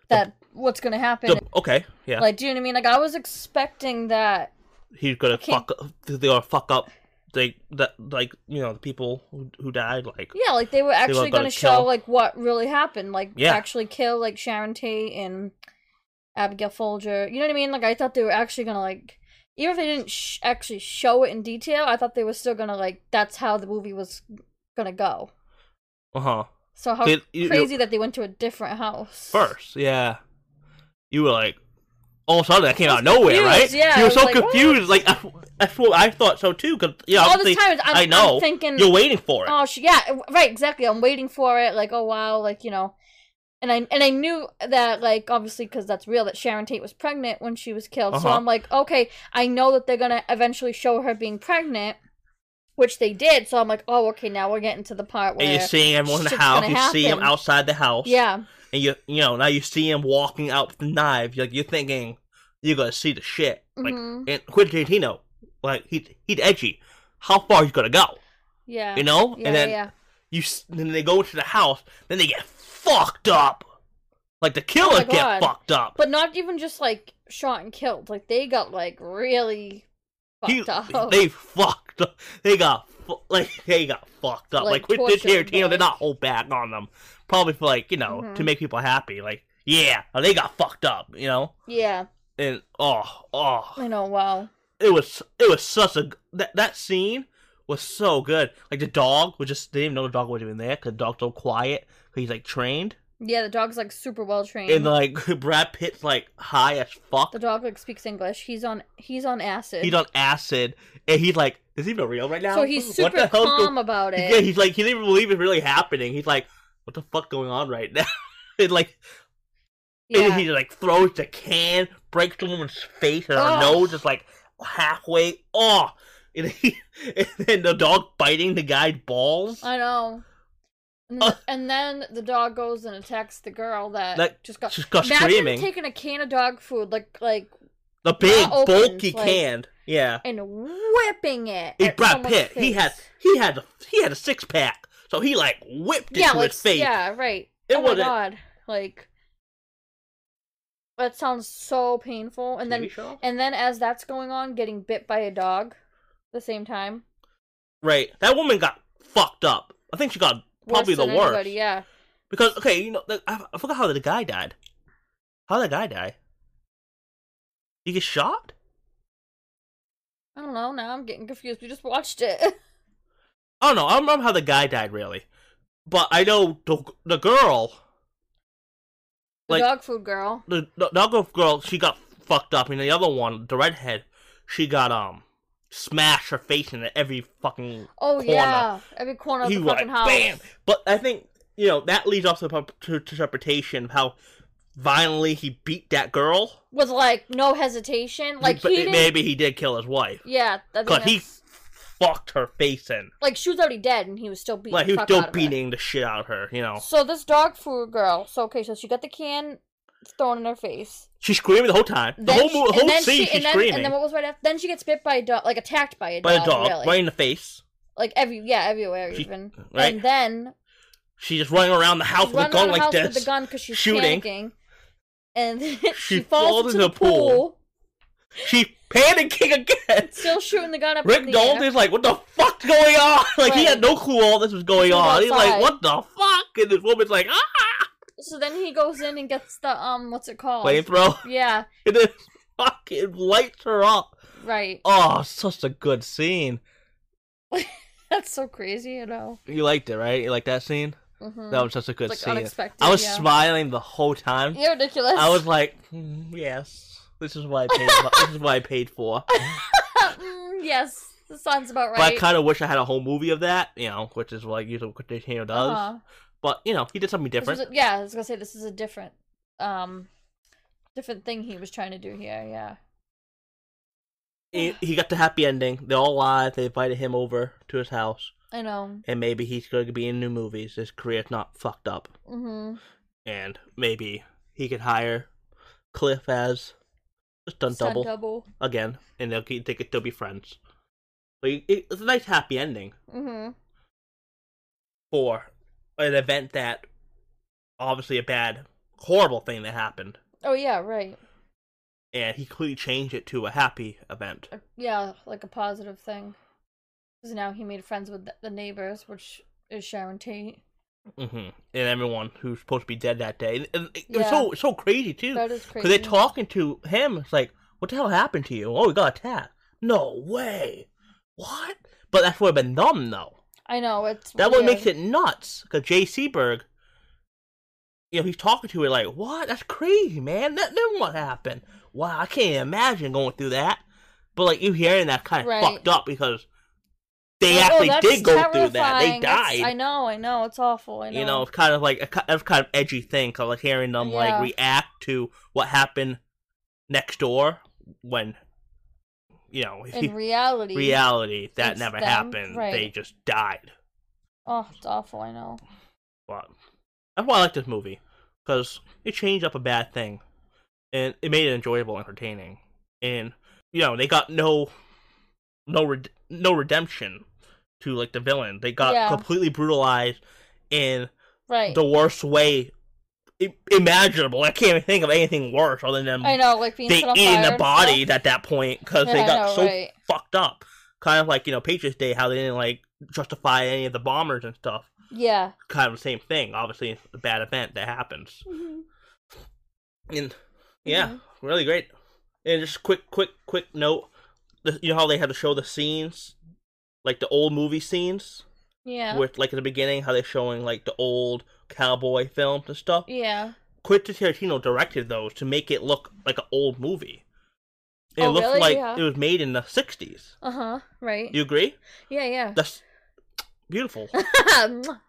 Speaker 3: that what's going to happen.
Speaker 2: The- okay, yeah,
Speaker 3: Like, do you know what I mean? Like, I was expecting that.
Speaker 2: he's gonna
Speaker 3: Okay.
Speaker 2: fuck up they are fuck up they that like you know the people who, who died like
Speaker 3: Yeah, like they were actually
Speaker 2: gonna
Speaker 3: going to show
Speaker 2: kill.
Speaker 3: like what really happened. Like,
Speaker 2: Yeah.
Speaker 3: actually kill like Sharon Tate and Abigail Folger. You know what I mean? Like, I thought they were actually going to like, even if they didn't sh- actually show it in detail, I thought they were still going to like. That's how the movie was going to go.
Speaker 2: uh-huh
Speaker 3: So how
Speaker 2: Did- you- you-
Speaker 3: crazy that they went to a different house
Speaker 2: first yeah you were like all of a sudden that came out of
Speaker 3: was
Speaker 2: nowhere right
Speaker 3: confused, yeah,
Speaker 2: you
Speaker 3: I
Speaker 2: were
Speaker 3: was
Speaker 2: so
Speaker 3: like, what?
Speaker 2: confused like I, that's what I thought so too because yeah
Speaker 3: All this
Speaker 2: obviously,
Speaker 3: time, I'm-
Speaker 2: I
Speaker 3: I'm
Speaker 2: know
Speaker 3: thinking-
Speaker 2: you're waiting for it
Speaker 3: Oh, she, yeah, w- right, exactly. I'm waiting for it. Like, oh wow, like you know, and I and I knew that like obviously because that's real that Sharon Tate was pregnant when she was killed. So
Speaker 2: Uh-huh.
Speaker 3: I'm like, okay, I know that they're gonna eventually show her being pregnant, which they did. So I'm like, oh okay, now we're getting to the part where
Speaker 2: and you're seeing everyone in the
Speaker 3: shit's
Speaker 2: house you
Speaker 3: gonna
Speaker 2: see him
Speaker 3: happen.
Speaker 2: outside the house
Speaker 3: yeah,
Speaker 2: and you you know now you see him walking out with the knife you're, like you're thinking you're gonna see the shit like
Speaker 3: Mhm.
Speaker 2: and Quentin Tarantino like he he's edgy how far he's gonna go
Speaker 3: yeah,
Speaker 2: you know
Speaker 3: yeah,
Speaker 2: and then
Speaker 3: yeah.
Speaker 2: You s- then they go into the house, then they get fucked up. Like the killer
Speaker 3: Oh my
Speaker 2: get
Speaker 3: God.
Speaker 2: fucked up.
Speaker 3: But not even just like shot and killed. Like they got like really fucked
Speaker 2: He-
Speaker 3: up.
Speaker 2: They fucked. up. They got fu- like they got fucked up. Like,
Speaker 3: Like,
Speaker 2: with this
Speaker 3: tortured,
Speaker 2: Tarantino, they
Speaker 3: like-
Speaker 2: not hold back on them. Probably for like you know to
Speaker 3: Mhm.
Speaker 2: make people happy. Like yeah, oh, they got fucked up. You know,
Speaker 3: yeah,
Speaker 2: and oh oh,
Speaker 3: I know. Wow.
Speaker 2: it was it was such a g- that that scene was so good. Like the dog was just they didn't even know the dog was even there because the dog's so quiet. 'cause He's like trained,
Speaker 3: Yeah, the dog's like super well trained.
Speaker 2: and like [LAUGHS] Brad Pitt's like high as fuck.
Speaker 3: The dog like speaks English. He's on he's on acid.
Speaker 2: he's on acid, and he's like, "Is he even real right now?"
Speaker 3: so he's
Speaker 2: [LAUGHS] What the
Speaker 3: super
Speaker 2: hell's go-
Speaker 3: calm about it.
Speaker 2: Yeah, he's like, he didn't even believe it's really happening. He's like, "What the fuck going on right now?" [LAUGHS] and like,
Speaker 3: Yeah.
Speaker 2: and he like throws the can, breaks the woman's face, and her
Speaker 3: Ugh.
Speaker 2: nose is like halfway. Oh, and, he, [LAUGHS] and then the dog biting the guy's balls.
Speaker 3: I know. And,
Speaker 2: Uh.
Speaker 3: th- and then the dog goes and attacks the girl that,
Speaker 2: That
Speaker 3: just got
Speaker 2: just got
Speaker 3: Imagine
Speaker 2: screaming.
Speaker 3: taking a can of dog food like like
Speaker 2: the big
Speaker 3: opens,
Speaker 2: bulky
Speaker 3: like-
Speaker 2: can. Yeah.
Speaker 3: and whipping it.
Speaker 2: He
Speaker 3: at
Speaker 2: Brad
Speaker 3: someone's
Speaker 2: Pitt. He
Speaker 3: face.
Speaker 2: had he had a he had a six pack, so he like whipped it
Speaker 3: yeah,
Speaker 2: to
Speaker 3: like
Speaker 2: his face.
Speaker 3: yeah, right.
Speaker 2: It
Speaker 3: oh my
Speaker 2: wasn't-
Speaker 3: god, like that sounds so painful. And then
Speaker 2: TV show?
Speaker 3: and then as that's going on, getting bit by a dog, the same time.
Speaker 2: right, that woman got fucked up. I think she got probably
Speaker 3: than
Speaker 2: the worst
Speaker 3: anybody, yeah,
Speaker 2: because okay, you know, the- I, I forgot how the guy died. How did the guy die? He get shot.
Speaker 3: I don't know. Now I'm getting confused. We just watched it. [LAUGHS]
Speaker 2: I don't know. I don't remember how the guy died really, but I know the the girl,
Speaker 3: The
Speaker 2: Like-
Speaker 3: dog food girl.
Speaker 2: the the, the other girl, she got fucked up, and the other one, the redhead, she got um smashed her face in every fucking
Speaker 3: Oh
Speaker 2: corner.
Speaker 3: yeah, every corner of
Speaker 2: he
Speaker 3: the
Speaker 2: was like,
Speaker 3: fucking house.
Speaker 2: bam. But I think you know that leads off to the pub- to- to interpretation of how violently he beat that girl.
Speaker 3: With like no hesitation, like
Speaker 2: but
Speaker 3: he didn't.
Speaker 2: maybe he did kill his wife
Speaker 3: Yeah, I think
Speaker 2: because he
Speaker 3: that's-
Speaker 2: fucked her face in.
Speaker 3: like she was already dead, and he was still beating.
Speaker 2: Like he
Speaker 3: the
Speaker 2: was
Speaker 3: fuck out
Speaker 2: still
Speaker 3: of her.
Speaker 2: beating the shit out of her. You know,
Speaker 3: So this dog food girl. So okay, so she got the can thrown in her face.
Speaker 2: she's screaming the whole time. The
Speaker 3: Then
Speaker 2: whole
Speaker 3: she-
Speaker 2: mo-
Speaker 3: and
Speaker 2: whole
Speaker 3: then
Speaker 2: scene,
Speaker 3: she-
Speaker 2: she's
Speaker 3: and then,
Speaker 2: screaming
Speaker 3: And then what was right after? Then she gets bit by a dog, like attacked by a
Speaker 2: by
Speaker 3: dog.
Speaker 2: a dog
Speaker 3: really.
Speaker 2: right in the face.
Speaker 3: Like every yeah, everywhere
Speaker 2: She-
Speaker 3: even.
Speaker 2: right.
Speaker 3: And then
Speaker 2: She's just running around the house with
Speaker 3: she's
Speaker 2: a
Speaker 3: running
Speaker 2: gun
Speaker 3: around the
Speaker 2: like
Speaker 3: house with
Speaker 2: this.
Speaker 3: the gun because she's
Speaker 2: shooting.
Speaker 3: panicking. And [LAUGHS] she,
Speaker 2: She falls
Speaker 3: falls into the pool.
Speaker 2: She panicking again.
Speaker 3: [LAUGHS] still shooting the gun up. in
Speaker 2: Rick
Speaker 3: the
Speaker 2: Dalton
Speaker 3: air.
Speaker 2: is like, what the fuck's going on? [LAUGHS] Like, he
Speaker 3: Right.
Speaker 2: had no clue all this was going
Speaker 3: She was
Speaker 2: on. He's like,
Speaker 3: outside.
Speaker 2: what the fuck? And this woman's like, ah!
Speaker 3: So then he goes in and gets the um, what's it called?
Speaker 2: Flamethrower. [LAUGHS]
Speaker 3: Yeah,
Speaker 2: And then fucking lights her up.
Speaker 3: right.
Speaker 2: Oh, such a good scene.
Speaker 3: That's so crazy, you know.
Speaker 2: You liked it, right? You liked that scene?
Speaker 3: Mhm.
Speaker 2: That was such a good
Speaker 3: It's, like,
Speaker 2: scene.
Speaker 3: unexpected,
Speaker 2: I was
Speaker 3: yeah.
Speaker 2: smiling the whole time.
Speaker 3: You're ridiculous.
Speaker 2: I was like, "Hmm, yes, this is what I paid. for. this is what I paid
Speaker 3: [LAUGHS]
Speaker 2: for.
Speaker 3: [LAUGHS] Mm, yes, that sounds about
Speaker 2: But I
Speaker 3: right.
Speaker 2: kind of wish I had a whole movie of that, you know, which is like usually what Tarantino does.
Speaker 3: Uh-huh.
Speaker 2: But you know, he did something
Speaker 3: This was
Speaker 2: different.
Speaker 3: a- yeah, I was gonna say this is a different, um, different thing he was trying to do here. Yeah,
Speaker 2: he, he got the happy ending. They're all alive. They invited him over to his house,
Speaker 3: I know.
Speaker 2: and maybe he's going to be in new movies. His career's not fucked up,
Speaker 3: hmm
Speaker 2: and maybe he could hire Cliff as a stunt double
Speaker 3: double.
Speaker 2: again, and they'll keep, they could still be friends. But it- it's a nice happy ending
Speaker 3: hmm
Speaker 2: for an event that obviously a bad, horrible thing that happened,
Speaker 3: Oh yeah, right.
Speaker 2: and he clearly changed it to a happy event.
Speaker 3: Uh, Yeah, like a positive thing. Because now he made friends with the- the neighbors, which is Sharon Tate.
Speaker 2: hmm And everyone who's supposed to be dead that day. And it, it was
Speaker 3: Yeah.
Speaker 2: so so crazy too.
Speaker 3: That is
Speaker 2: Because they're
Speaker 3: crazy.
Speaker 2: talking to him. It's like, what the hell happened to you? Oh, we got attacked. No way. What? But that's what I've been numb though.
Speaker 3: I know it's
Speaker 2: That
Speaker 3: weird.
Speaker 2: what makes it nuts. Because Jay Seberg, you know, he's talking to her like, what? That's crazy, man. That, then what happened? Wow, I can't even imagine going through that. But like you hearing that kind of
Speaker 3: Right.
Speaker 2: fucked up because they
Speaker 3: Like, oh,
Speaker 2: actually
Speaker 3: that's
Speaker 2: did go through that. They
Speaker 3: terrifying. That's-
Speaker 2: died
Speaker 3: I know, I know. It's awful. I know.
Speaker 2: you know, [LAUGHS] it's kind of like a ki- that's kind of edgy thing, 'cause, like hearing them
Speaker 3: Yeah.
Speaker 2: like react to what happened next door when you know if
Speaker 3: in
Speaker 2: you-
Speaker 3: reality,
Speaker 2: reality that
Speaker 3: it's
Speaker 2: never
Speaker 3: them,
Speaker 2: happened. They
Speaker 3: right.
Speaker 2: just died.
Speaker 3: oh, it's awful. I know.
Speaker 2: But that's why I like this movie because it changed up a bad thing, and it made it enjoyable, and entertaining, and you know they got no, no, red- no redemption to like the villain. They got
Speaker 3: Yeah.
Speaker 2: completely brutalized and
Speaker 3: Right.
Speaker 2: the worst way i- imaginable. I can't even think of anything worse other than
Speaker 3: I
Speaker 2: them
Speaker 3: know, like being
Speaker 2: they
Speaker 3: set on
Speaker 2: eating
Speaker 3: fire
Speaker 2: the
Speaker 3: and
Speaker 2: body
Speaker 3: stuff.
Speaker 2: at that point because
Speaker 3: Yeah,
Speaker 2: they
Speaker 3: I
Speaker 2: got
Speaker 3: know,
Speaker 2: so
Speaker 3: right.
Speaker 2: fucked up. Kind of like you know Patriots Day, how they didn't like justify any of the bombers and stuff.
Speaker 3: Yeah.
Speaker 2: Kind of the same thing. Obviously, it's a bad event that happens.
Speaker 3: Mm-hmm.
Speaker 2: And yeah, really great. And just quick, quick, quick note. the- You know how they had to show the scenes, like the old movie scenes,
Speaker 3: Yeah.
Speaker 2: with like at the beginning how they're showing like the old cowboy films and stuff.
Speaker 3: yeah.
Speaker 2: Quentin Tarantino directed those to make it look like an old movie. It
Speaker 3: Oh,
Speaker 2: looked
Speaker 3: really?
Speaker 2: like
Speaker 3: Yeah.
Speaker 2: it was made in the '60s.
Speaker 3: Uh huh. Right.
Speaker 2: You agree? [LAUGHS]
Speaker 3: yeah. Yeah. [LAUGHS]
Speaker 2: That's beautiful.
Speaker 3: Mwah.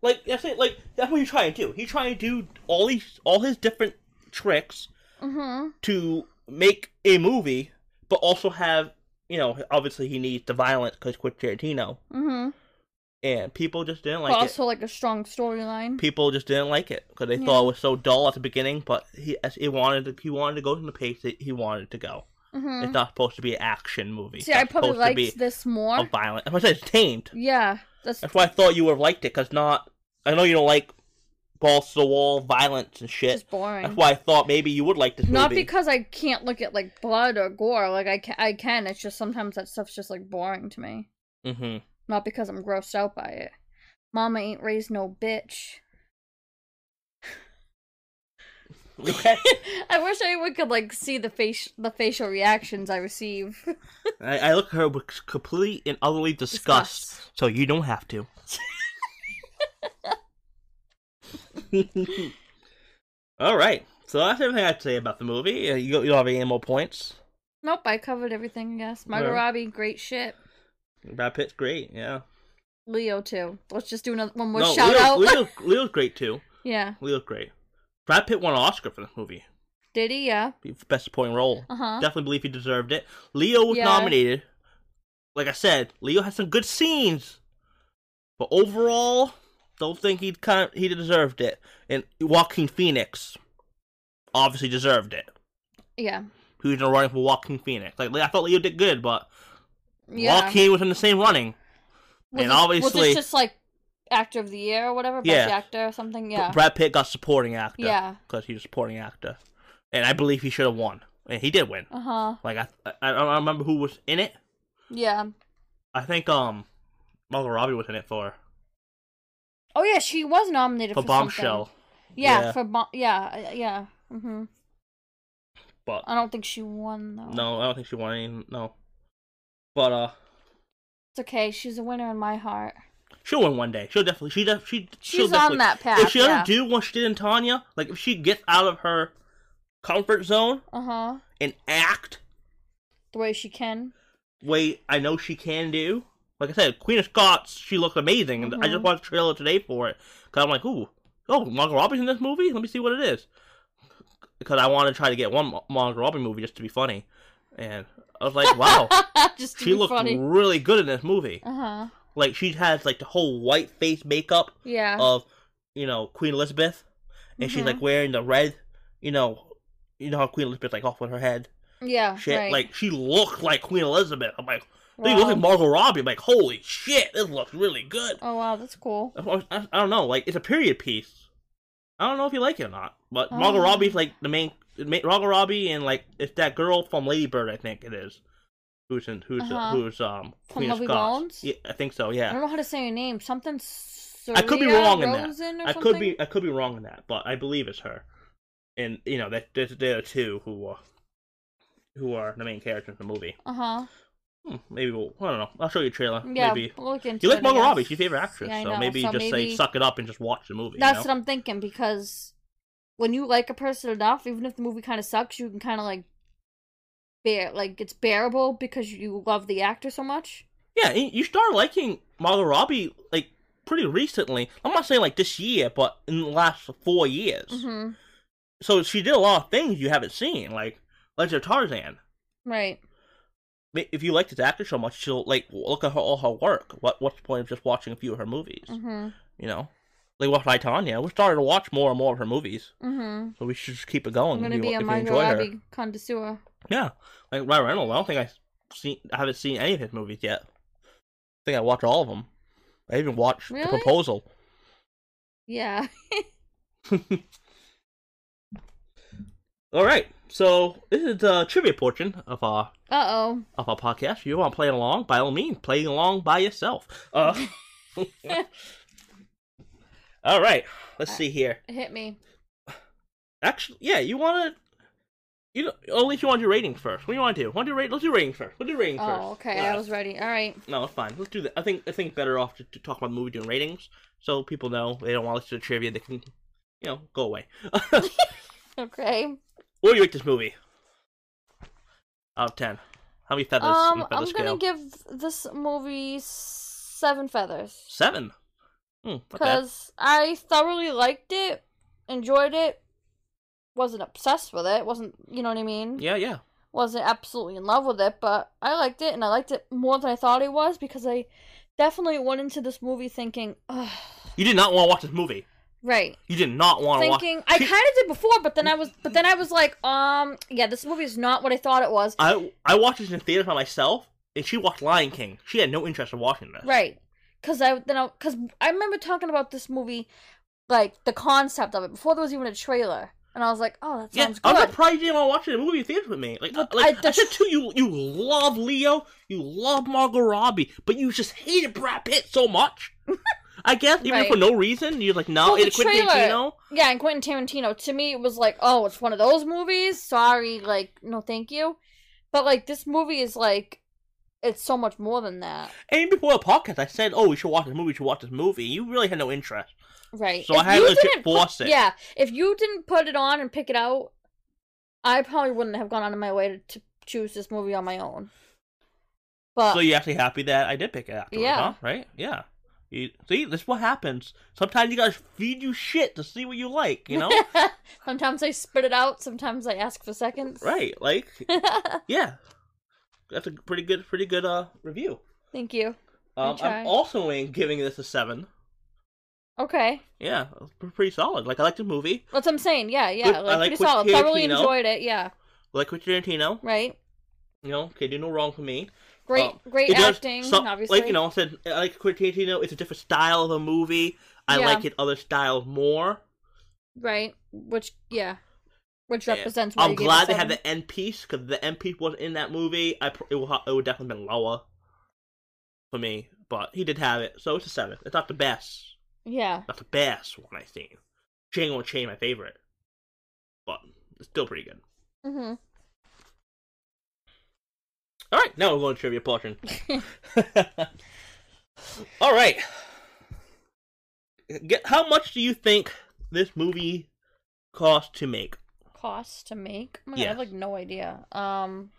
Speaker 2: like that's it. Like that's what he's trying to do. He's trying to do all these, all his different tricks
Speaker 3: Mm-hmm,
Speaker 2: to make a movie, but also have you know obviously he needs the violence because Quentin Tarantino
Speaker 3: Mhm.
Speaker 2: and people just didn't
Speaker 3: But
Speaker 2: like it.
Speaker 3: also like a strong storyline.
Speaker 2: people just didn't like it because they thought it was so dull at the beginning. But he as he wanted to, he wanted to go to the pace that he wanted to go.
Speaker 3: Mhm.
Speaker 2: It's not supposed to be an action movie.
Speaker 3: See, I
Speaker 2: It's
Speaker 3: probably
Speaker 2: supposed to
Speaker 3: liked
Speaker 2: be
Speaker 3: this more.
Speaker 2: a violent. I said it's tamed.
Speaker 3: yeah, that's
Speaker 2: That's why I thought you would have liked it, because not. I know you don't like balls to the wall violence and shit.
Speaker 3: just boring.
Speaker 2: That's why I thought maybe you would like this
Speaker 3: Not
Speaker 2: movie.
Speaker 3: because I can't look at like blood or gore. Like I can, I can. It's just sometimes that stuff's just like boring to me.
Speaker 2: hmm
Speaker 3: Not because I'm grossed out by it. Mama ain't raised no bitch.
Speaker 2: [LAUGHS]
Speaker 3: [LAUGHS]
Speaker 2: Okay.
Speaker 3: I wish anyone could like see the face, the facial reactions I receive. [LAUGHS]
Speaker 2: I, I look at her with complete and utterly disgust,
Speaker 3: Disgust.
Speaker 2: so you don't have
Speaker 3: [LAUGHS]
Speaker 2: to. All right. So that's everything I'd say about the movie. Uh, You, you don't have any more points?
Speaker 3: nope, I covered everything. I guess Margot
Speaker 2: Alright.
Speaker 3: Robbie, great shit.
Speaker 2: Brad Pitt's great, yeah.
Speaker 3: Leo too. Let's just do another one more
Speaker 2: no,
Speaker 3: shout
Speaker 2: Leo,
Speaker 3: out.
Speaker 2: Leo, Leo's great too.
Speaker 3: [LAUGHS] yeah,
Speaker 2: Leo's great. Brad Pitt won an Oscar for this movie.
Speaker 3: did he? Yeah.
Speaker 2: Best supporting role.
Speaker 3: Uh-huh.
Speaker 2: Definitely believe he deserved it. Leo was
Speaker 3: Yeah.
Speaker 2: nominated. Like I said, Leo has some good scenes, but overall, don't think he kind of, he deserved it. And Joaquin Phoenix obviously deserved it.
Speaker 3: Yeah.
Speaker 2: He was in the running for Joaquin Phoenix. Like I thought Leo did good, but
Speaker 3: Yeah.
Speaker 2: Joaquin was in the same running. and
Speaker 3: Was it- was
Speaker 2: obviously-
Speaker 3: it just like actor of the year or whatever,
Speaker 2: Yeah.
Speaker 3: best actor or something?
Speaker 2: But
Speaker 3: Yeah.
Speaker 2: Brad Pitt got supporting actor.
Speaker 3: Yeah.
Speaker 2: because he was a supporting actor, and I believe he should have won, and he did win.
Speaker 3: Uh huh.
Speaker 2: Like I, I, I don't remember who was in it.
Speaker 3: Yeah.
Speaker 2: I think um, Margot Robbie was in it for
Speaker 3: Oh yeah, she was nominated
Speaker 2: for
Speaker 3: for,
Speaker 2: Bombshell,
Speaker 3: Something. Yeah,
Speaker 2: Yeah.
Speaker 3: for bom- yeah, uh, yeah. hmm
Speaker 2: but
Speaker 3: I don't think she won though.
Speaker 2: no, I don't think she won any. No, but uh,
Speaker 3: it's okay. She's a winner in my heart.
Speaker 2: she'll win one day. She'll definitely. She def- she she'll
Speaker 3: She's
Speaker 2: definitely-
Speaker 3: on that path.
Speaker 2: If she
Speaker 3: yeah.
Speaker 2: doesn't do what she did in Tanya, like if she gets out of her comfort zone
Speaker 3: uh huh.
Speaker 2: and act
Speaker 3: The way she can.
Speaker 2: way I know she can do. Like I said, Queen of Scots, she looked amazing, and I
Speaker 3: Mm-hmm.
Speaker 2: just watched the trailer today for it because I'm like, ooh, oh, Margot Robbie's in this movie. Let me see what it is. Because I want to try to get one Ma- Margot Robbie movie just to be funny, and I was like, wow,
Speaker 3: [LAUGHS] Just
Speaker 2: Oh.
Speaker 3: to
Speaker 2: she
Speaker 3: be
Speaker 2: looked
Speaker 3: funny.
Speaker 2: really good in this movie.
Speaker 3: Uh huh.
Speaker 2: Like she has like the whole white face makeup
Speaker 3: Yeah.
Speaker 2: of you know Queen Elizabeth, and she's
Speaker 3: Mm-hmm.
Speaker 2: like wearing the red, you know, you know how Queen Elizabeth like off with her head
Speaker 3: yeah.
Speaker 2: shit.
Speaker 3: Uh, Right.
Speaker 2: Like she looked like Queen Elizabeth. I'm like, they
Speaker 3: Wow.
Speaker 2: look at Margot Robbie. I'm like, holy shit, this looks really good.
Speaker 3: Oh wow, that's cool.
Speaker 2: I, Oh, I- I don't know, like it's a period piece. I don't know if you like it or not, but Margot
Speaker 3: Oh.
Speaker 2: Robbie's like the main. ma- Margot Robbie and like it's that girl from Lady Bird, I think it is. Who's in, who's
Speaker 3: Uh-huh.
Speaker 2: who's um
Speaker 3: From
Speaker 2: Queen of
Speaker 3: Lovely
Speaker 2: Scots?
Speaker 3: Bones?
Speaker 2: Yeah, I think so.
Speaker 3: I
Speaker 2: Yeah,
Speaker 3: don't know how to say her name. Something. Surya
Speaker 2: I could be wrong in
Speaker 3: Rosen
Speaker 2: that.
Speaker 3: or
Speaker 2: I
Speaker 3: something?
Speaker 2: could be I could be wrong in that, but I believe it's her. And you know that there's there are two who are who are the main characters in the movie.
Speaker 3: Uh huh.
Speaker 2: Hmm, maybe we'll. I don't know. I'll show you a trailer.
Speaker 3: Yeah.
Speaker 2: maybe
Speaker 3: we'll look into
Speaker 2: you like
Speaker 3: it, I
Speaker 2: Margot Robbie.
Speaker 3: guess.
Speaker 2: She's your favorite actress,
Speaker 3: Yeah, I
Speaker 2: so
Speaker 3: know.
Speaker 2: maybe
Speaker 3: So
Speaker 2: just
Speaker 3: maybe-
Speaker 2: say suck it up and just watch the movie.
Speaker 3: That's
Speaker 2: you
Speaker 3: what I'm thinking because when you like a person enough, even if the movie kind of sucks, you can kind of like bear like it's bearable because you love the actor so much.
Speaker 2: know? Yeah, you you started liking Margot Robbie like pretty recently. I'm not saying like this year, but in the last four years.
Speaker 3: hmm
Speaker 2: So she did a lot of things you haven't seen, like Legend of Tarzan.
Speaker 3: Right.
Speaker 2: Ma- If you like this actor so much, she'll like look at her, all her work. What what's the point of just watching a few of her movies?
Speaker 3: hmm
Speaker 2: You know, like with Titania, we started to watch more and more of her movies,
Speaker 3: hmm
Speaker 2: so we should just keep it going.
Speaker 3: I'm gonna
Speaker 2: if you,
Speaker 3: be a
Speaker 2: if you
Speaker 3: Margot
Speaker 2: enjoy her.
Speaker 3: Robbie connoisseur.
Speaker 2: Yeah, like Ryan Reynolds. I don't think I seen. I haven't seen any of his movies yet. I think I watched all of them. I even watched
Speaker 3: Really?
Speaker 2: The Proposal.
Speaker 3: Yeah. [LAUGHS]
Speaker 2: All right, so this is the trivia portion of our
Speaker 3: Uh oh.
Speaker 2: of our podcast. If you want to play along? By all means, play along by yourself. Uh, [LAUGHS] all right, let's see here.
Speaker 3: Hit me.
Speaker 2: Actually, yeah, you want to. You know, only if you want to do ratings first. What do you want to do? Want to do rate? Let's do ratings first. Let's do ratings first.
Speaker 3: Oh, okay.
Speaker 2: Yeah.
Speaker 3: I was ready. All right.
Speaker 2: No, it's fine. Let's do that. I think I think better off to, to talk about the movie doing ratings, so people know they don't want to listen to trivia. They can, you know, go away. what
Speaker 3: Okay.
Speaker 2: do you rate this movie? Out of ten, how many feathers? on
Speaker 3: Um,
Speaker 2: the feather
Speaker 3: I'm
Speaker 2: scale?
Speaker 3: gonna give this movie seven feathers.
Speaker 2: seven. Hmm, not bad.
Speaker 3: because I thoroughly liked it, enjoyed it, wasn't obsessed with it, wasn't you know what I mean?
Speaker 2: Yeah, yeah.
Speaker 3: Wasn't absolutely in love with it, but I liked it, and I liked it more than I thought it was because I definitely went into this movie thinking, Ugh,
Speaker 2: You did not want to watch this movie.
Speaker 3: Right.
Speaker 2: You did not want to watch.
Speaker 3: Thinking
Speaker 2: [LAUGHS]
Speaker 3: I kind of did before, but then I was but then I was like, um, yeah, this movie is not what I thought it was.
Speaker 2: I I watched it in theater by myself, and she watched Lion King. She had no interest in watching this.
Speaker 3: Right. Cause I then I, cause I remember talking about this movie, like the concept of it before there was even a trailer, and I was like, oh, that
Speaker 2: Yeah,
Speaker 3: sounds
Speaker 2: I'm
Speaker 3: good.
Speaker 2: surprised you didn't want to watch it in movie theaters with me. Like,
Speaker 3: Look,
Speaker 2: like
Speaker 3: I-
Speaker 2: I,
Speaker 3: that's-
Speaker 2: said too, you you love Leo, you love Margot Robbie, but you just hated Brad Pitt so
Speaker 3: [LAUGHS]
Speaker 2: much. I guess even
Speaker 3: Right.
Speaker 2: for no reason, you're like, no,
Speaker 3: Well, the
Speaker 2: it's Quentin
Speaker 3: trailer-
Speaker 2: Tarantino.
Speaker 3: yeah, and Quentin Tarantino to me it was like, oh, it's one of those movies. Sorry, like no, thank you. But like this movie is like, it's so much more than that.
Speaker 2: And even before the podcast, I said, oh, we should watch this movie. We should watch this movie. You really had no interest.
Speaker 3: Right.
Speaker 2: So I had
Speaker 3: you
Speaker 2: legit
Speaker 3: didn't put-
Speaker 2: force it.
Speaker 3: Yeah. If you didn't put it on and pick it out, I probably wouldn't have gone out of my way to, to choose this movie on my own. [LAUGHS] But
Speaker 2: so you're actually happy that I did pick it afterwards,
Speaker 3: Yeah.
Speaker 2: huh? Right? Yeah. You, see, this is what happens. Sometimes you guys feed you shit to see what you like, you
Speaker 3: [LAUGHS]
Speaker 2: know?
Speaker 3: sometimes I spit it out, sometimes I ask for seconds.
Speaker 2: right?
Speaker 3: [LAUGHS]
Speaker 2: Like, yeah. That's a pretty good, pretty good uh review.
Speaker 3: Thank you.
Speaker 2: Um,
Speaker 3: try.
Speaker 2: I'm also in giving this a seven.
Speaker 3: Okay.
Speaker 2: Yeah, it's p- pretty solid. Like I like the movie.
Speaker 3: That's what I'm saying. Yeah, yeah.
Speaker 2: Good. I
Speaker 3: Like,
Speaker 2: like
Speaker 3: pretty
Speaker 2: with
Speaker 3: solid. Thoroughly
Speaker 2: Tarantino.
Speaker 3: enjoyed it. Yeah.
Speaker 2: Like Quentin Tarantino,
Speaker 3: Right.
Speaker 2: you know, can do no wrong for me.
Speaker 3: Great,
Speaker 2: Um,
Speaker 3: great
Speaker 2: it does
Speaker 3: acting,
Speaker 2: some-
Speaker 3: obviously.
Speaker 2: Like you know, I said I like Quentin Tarantino. It's a different style of a movie. I
Speaker 3: Yeah.
Speaker 2: like it other style more.
Speaker 3: Right. Which, yeah. Which
Speaker 2: Yeah.
Speaker 3: represents why
Speaker 2: I'm
Speaker 3: you gave
Speaker 2: glad
Speaker 3: it
Speaker 2: they had
Speaker 3: seven.
Speaker 2: the end piece because the end piece was in that movie. I pr- it would, ha- it would definitely been lower for me, but he did have it, so it's a seven. It's not the best,
Speaker 3: Yeah.
Speaker 2: not the best one I've seen. Django and Chain, my favorite, but it's still pretty good.
Speaker 3: hmm
Speaker 2: All right, now we're going to trivia
Speaker 3: [LAUGHS]
Speaker 2: portion. [LAUGHS] All right, Get, how much do you think this movie cost to make?
Speaker 3: Cost to make? Oh my God, I
Speaker 2: Yeah.
Speaker 3: have like no idea. Um,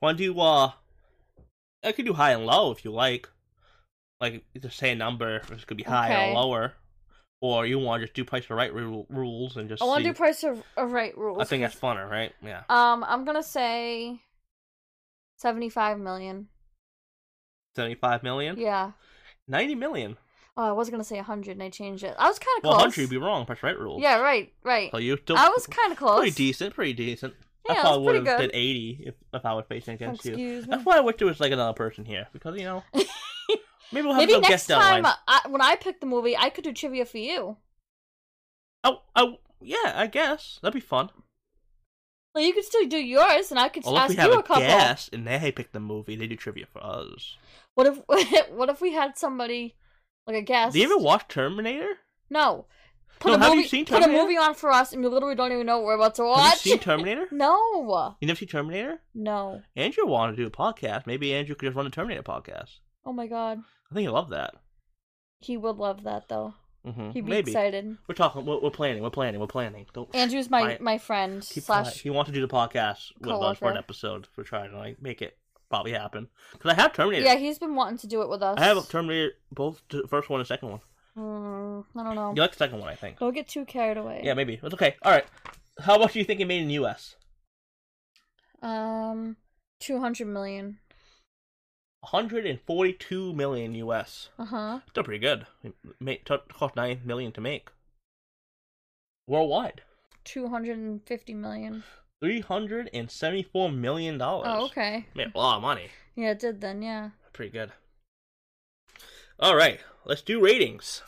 Speaker 2: Want to do uh? I could do high and low if you like. Like just say a number. This could be high
Speaker 3: Okay.
Speaker 2: or lower, or you want to just do price or right ru- rules and just.
Speaker 3: I want
Speaker 2: see.
Speaker 3: to do price of, of right rules.
Speaker 2: I think that's funner, right? Yeah.
Speaker 3: Um, I'm gonna say seventy-five million.
Speaker 2: Seventy-five million.
Speaker 3: Yeah.
Speaker 2: Ninety million.
Speaker 3: Oh, I was gonna say hundred, and I changed it. I was kind of
Speaker 2: Well,
Speaker 3: close.
Speaker 2: hundred, you'd be wrong. Price or right rules.
Speaker 3: yeah, right, right.
Speaker 2: So you still.
Speaker 3: I was kind of close.
Speaker 2: pretty decent. Pretty decent.
Speaker 3: Yeah,
Speaker 2: I
Speaker 3: that's
Speaker 2: probably would
Speaker 3: pretty
Speaker 2: have
Speaker 3: good.
Speaker 2: did eighty if, if I was facing against you. [LAUGHS]
Speaker 3: Excuse me.
Speaker 2: That's why I wish there was like another person here because
Speaker 3: [LAUGHS]
Speaker 2: you know. Maybe we'll have
Speaker 3: Maybe
Speaker 2: to
Speaker 3: next
Speaker 2: guest outline.
Speaker 3: time, uh I, when I pick the movie, I could do trivia for you.
Speaker 2: Oh, oh, yeah, I guess that'd be fun.
Speaker 3: Well, you could still do yours, and I could
Speaker 2: Well, if
Speaker 3: ask
Speaker 2: we have
Speaker 3: you a
Speaker 2: a
Speaker 3: couple.
Speaker 2: guest and they pick the movie, they do trivia for us.
Speaker 3: What if [LAUGHS] What if we had somebody like a guest?
Speaker 2: Do you ever watch Terminator?
Speaker 3: no. Put
Speaker 2: No,
Speaker 3: a
Speaker 2: have you
Speaker 3: movie,
Speaker 2: seen
Speaker 3: put a
Speaker 2: Terminator?
Speaker 3: movie on for us, and we literally don't even know what we're about to
Speaker 2: Have
Speaker 3: watch.
Speaker 2: you seen Terminator?
Speaker 3: [LAUGHS] no,
Speaker 2: You never seen Terminator?
Speaker 3: no.
Speaker 2: Andrew wanted to do a podcast. Maybe Andrew could just run a Terminator podcast.
Speaker 3: Oh my god.
Speaker 2: I think he'd love that.
Speaker 3: He would love that though.
Speaker 2: hmm
Speaker 3: He'd be
Speaker 2: Maybe
Speaker 3: excited.
Speaker 2: we're talking. We're, we're planning. We're planning. We're planning. Don't
Speaker 3: Andrew's my
Speaker 2: quiet.
Speaker 3: my friend
Speaker 2: Keep quiet.
Speaker 3: slash
Speaker 2: He wants to do the podcast with us for
Speaker 3: coworker.
Speaker 2: an episode. We're trying to like make it probably happen because I have Terminator.
Speaker 3: yeah. He's been wanting to do it with us.
Speaker 2: I have Terminator both the first one and second one.
Speaker 3: Mm, I don't know.
Speaker 2: You like the second one, I think.
Speaker 3: Don't get too carried away.
Speaker 2: Yeah, maybe it's okay. All right. How much do you think it made in the U.S.?
Speaker 3: Um, two hundred million.
Speaker 2: 142 million US.
Speaker 3: Uh huh.
Speaker 2: Still pretty good. It ma- t- cost 9 million to make. Worldwide,
Speaker 3: Two hundred and fifty million.
Speaker 2: 374 million dollars.
Speaker 3: Oh, okay.
Speaker 2: Made a lot of money.
Speaker 3: Yeah, it did then. Yeah.
Speaker 2: Pretty good. All right, let's do ratings.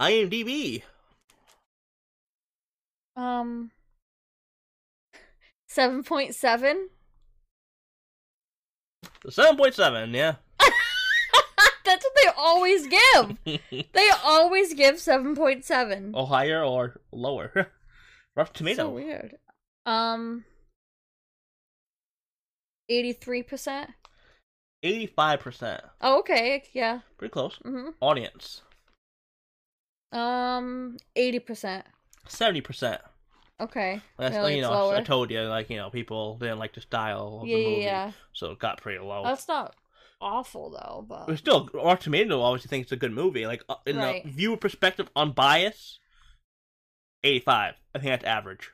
Speaker 2: IMDb.
Speaker 3: Um. Seven point seven. [LAUGHS]
Speaker 2: 7.7, yeah.
Speaker 3: Mm-hmm. That's what they
Speaker 2: [LAUGHS]
Speaker 3: always give. they always give seven point seven.
Speaker 2: Or higher or lower. [LAUGHS] Rough Oh, tomato.
Speaker 3: So weird. Um. Eighty-three percent.
Speaker 2: 85%.
Speaker 3: Oh, okay. Yeah.
Speaker 2: Pretty close.
Speaker 3: hmm
Speaker 2: Audience.
Speaker 3: Um, eighty percent.
Speaker 2: 70%.
Speaker 3: Okay.
Speaker 2: That's,
Speaker 3: Really,
Speaker 2: you
Speaker 3: it's
Speaker 2: know,
Speaker 3: lower.
Speaker 2: I told you, like, you know, people didn't like the style of
Speaker 3: yeah,
Speaker 2: the movie. Oh.
Speaker 3: yeah, yeah.
Speaker 2: So it got pretty low.
Speaker 3: That's not awful though,
Speaker 2: But
Speaker 3: but
Speaker 2: still, Rotten Tomato obviously thinks it's a good movie. Like, uh, in
Speaker 3: Right.
Speaker 2: the viewer perspective, on bias, 85. I think that's average.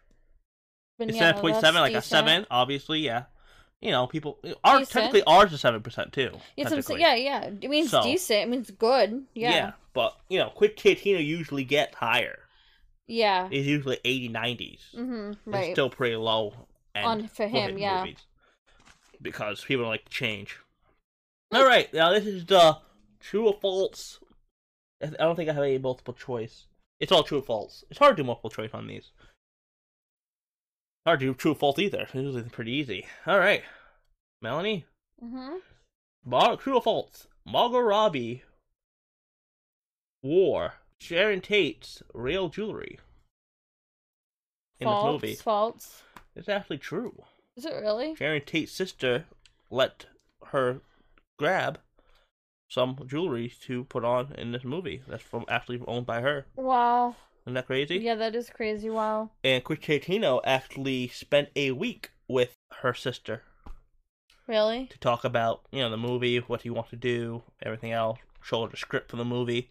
Speaker 3: but
Speaker 2: It's
Speaker 3: yeah,
Speaker 2: 7.7,
Speaker 3: that's
Speaker 2: like a
Speaker 3: decent.
Speaker 2: 7, obviously, yeah. You know, people. Our,
Speaker 3: Decent.
Speaker 2: technically, ours is 7% too.
Speaker 3: Yeah, so I'm
Speaker 2: technically.
Speaker 3: saying- yeah, yeah. It means
Speaker 2: So-
Speaker 3: decent. It means good. Yeah.
Speaker 2: But, you know, Quick Tarantino usually gets higher.
Speaker 3: Yeah.
Speaker 2: It's usually 80, 90s.
Speaker 3: Mm-hmm.
Speaker 2: It's
Speaker 3: Right.
Speaker 2: still pretty low end
Speaker 3: On- for him,
Speaker 2: hit
Speaker 3: yeah.
Speaker 2: movies. because people don't like to change. All right, now this is the true or false. I I don't think I have any multiple choice. It's all true or false. It's hard to do multiple choice on these. Hard to do true or false either. It's usually pretty easy. All right, Melanie,
Speaker 3: Mm-hmm.
Speaker 2: Mar- true or false? Margot Robbie wore Sharon Tate's real jewelry in this
Speaker 3: False.
Speaker 2: movie.
Speaker 3: False.
Speaker 2: It's actually true.
Speaker 3: Is it really?
Speaker 2: Sharon Tate's sister let her grab some jewelry to put on in this movie. That's from actually owned by her.
Speaker 3: Wow.
Speaker 2: Isn't that crazy?
Speaker 3: Yeah, that is crazy. Wow.
Speaker 2: And Chris Tarantino actually spent a week with her sister
Speaker 3: Really?
Speaker 2: to talk about you know the movie, what he wants to do, everything else. Show her the script for the movie.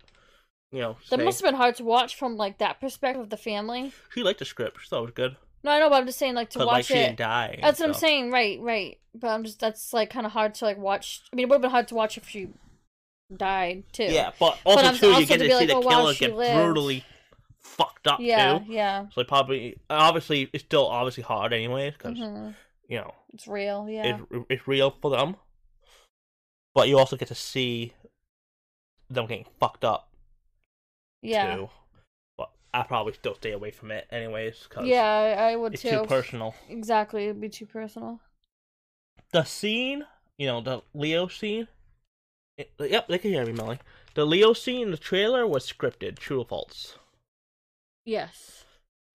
Speaker 2: You know,
Speaker 3: That
Speaker 2: say-
Speaker 3: must have been hard to watch from like that perspective of the family.
Speaker 2: she liked the script. She thought it was good.
Speaker 3: No, I know, but I'm just saying like to
Speaker 2: but like
Speaker 3: watch
Speaker 2: she didn't
Speaker 3: it.
Speaker 2: die. and
Speaker 3: That's what I'm
Speaker 2: stuff.
Speaker 3: saying. Right, right. But I'm just that's like kind of hard to like watch. I mean, it would have been hard to watch if she died too.
Speaker 2: Yeah, but also
Speaker 3: I'm-
Speaker 2: too,
Speaker 3: also
Speaker 2: you get
Speaker 3: to
Speaker 2: to
Speaker 3: be
Speaker 2: see
Speaker 3: like,
Speaker 2: the
Speaker 3: oh, wow,
Speaker 2: killer
Speaker 3: she
Speaker 2: get
Speaker 3: lived.
Speaker 2: brutally fucked up
Speaker 3: Yeah.
Speaker 2: too.
Speaker 3: Yeah.
Speaker 2: So it probably, obviously, it's still obviously hard anyways because
Speaker 3: Mhm.
Speaker 2: you know
Speaker 3: It's real. Yeah.
Speaker 2: it's it's real for them. But you also get to see them getting fucked up
Speaker 3: yeah.
Speaker 2: too. But I probably still stay away from it anyways because
Speaker 3: Yeah, I, I would
Speaker 2: it's
Speaker 3: too.
Speaker 2: too personal.
Speaker 3: Exactly, it'd be too personal.
Speaker 2: The scene, you know, the Leo scene. it- yep, they can hear me, Melly. The Leo scene in the trailer was scripted. True or false?
Speaker 3: Yes.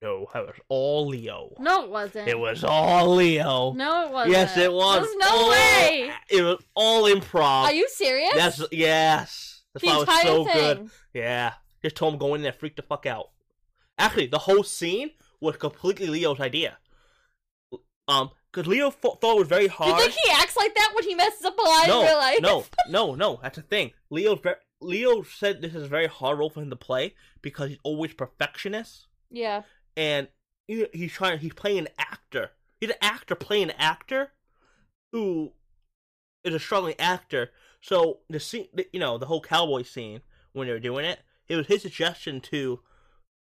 Speaker 2: No, it was all Leo.
Speaker 3: No, it wasn't.
Speaker 2: It was all Leo.
Speaker 3: No, it wasn't.
Speaker 2: Yes, it Oh, was.
Speaker 3: There's no
Speaker 2: all-
Speaker 3: way.
Speaker 2: It was all improv.
Speaker 3: Are you serious?
Speaker 2: That's yes. That's
Speaker 3: the
Speaker 2: why it was
Speaker 3: entire
Speaker 2: so
Speaker 3: thing.
Speaker 2: good. Yeah. Just told him go in there, freak the fuck out. Actually, the whole scene was completely Leo's idea. Um, because Leo f- thought it was very
Speaker 3: Do you
Speaker 2: hard.
Speaker 3: think he acts like that when he messes up a line
Speaker 2: no,
Speaker 3: in real life?
Speaker 2: no,
Speaker 3: [LAUGHS]
Speaker 2: no, no. That's the thing. Leo, ve- Leo said this is a very hard role for him to play because he's always perfectionist
Speaker 3: Yeah.
Speaker 2: and he- he's trying. He's playing an actor. He's an actor playing an actor who is a struggling actor. So the scene, the- you know, the whole cowboy scene when they were doing it, it was his suggestion to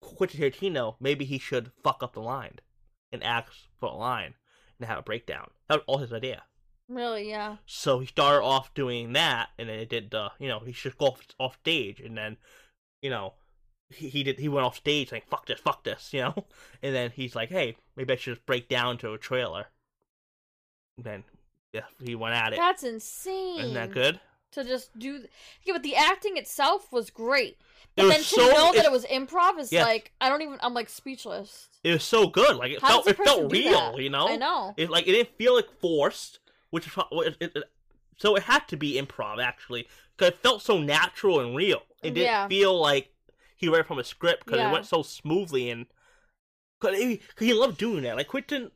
Speaker 2: Quentin Tarantino. Maybe he should fuck up the line and ask for a line and have a breakdown. That was all his idea.
Speaker 3: Really, yeah.
Speaker 2: So he started off doing that, and then it did the you know he should go off, off stage, and then you know he, he did he went off stage saying fuck this, fuck this, [LAUGHS] you know, and then he's like, hey, maybe I should just break down to a trailer. And then yeah, he went at it.
Speaker 3: That's insane.
Speaker 2: Isn't that good?
Speaker 3: To just do th- Yeah, but the acting itself was great. But
Speaker 2: It was
Speaker 3: then to
Speaker 2: so-
Speaker 3: know that
Speaker 2: it's-
Speaker 3: it was improv is
Speaker 2: Yes.
Speaker 3: like I don't even I'm like speechless.
Speaker 2: It was so good, like it
Speaker 3: How
Speaker 2: felt
Speaker 3: does
Speaker 2: it
Speaker 3: a person
Speaker 2: felt
Speaker 3: do
Speaker 2: real,
Speaker 3: that?
Speaker 2: you know.
Speaker 3: I know.
Speaker 2: It like it didn't feel like forced, which is pro- it, it, it, so it had to be improv actually because it felt so natural and real. It didn't
Speaker 3: Yeah.
Speaker 2: feel like he read from a script because
Speaker 3: Yeah.
Speaker 2: it went so smoothly and because he, 'cause he loved doing that. Like Quentin,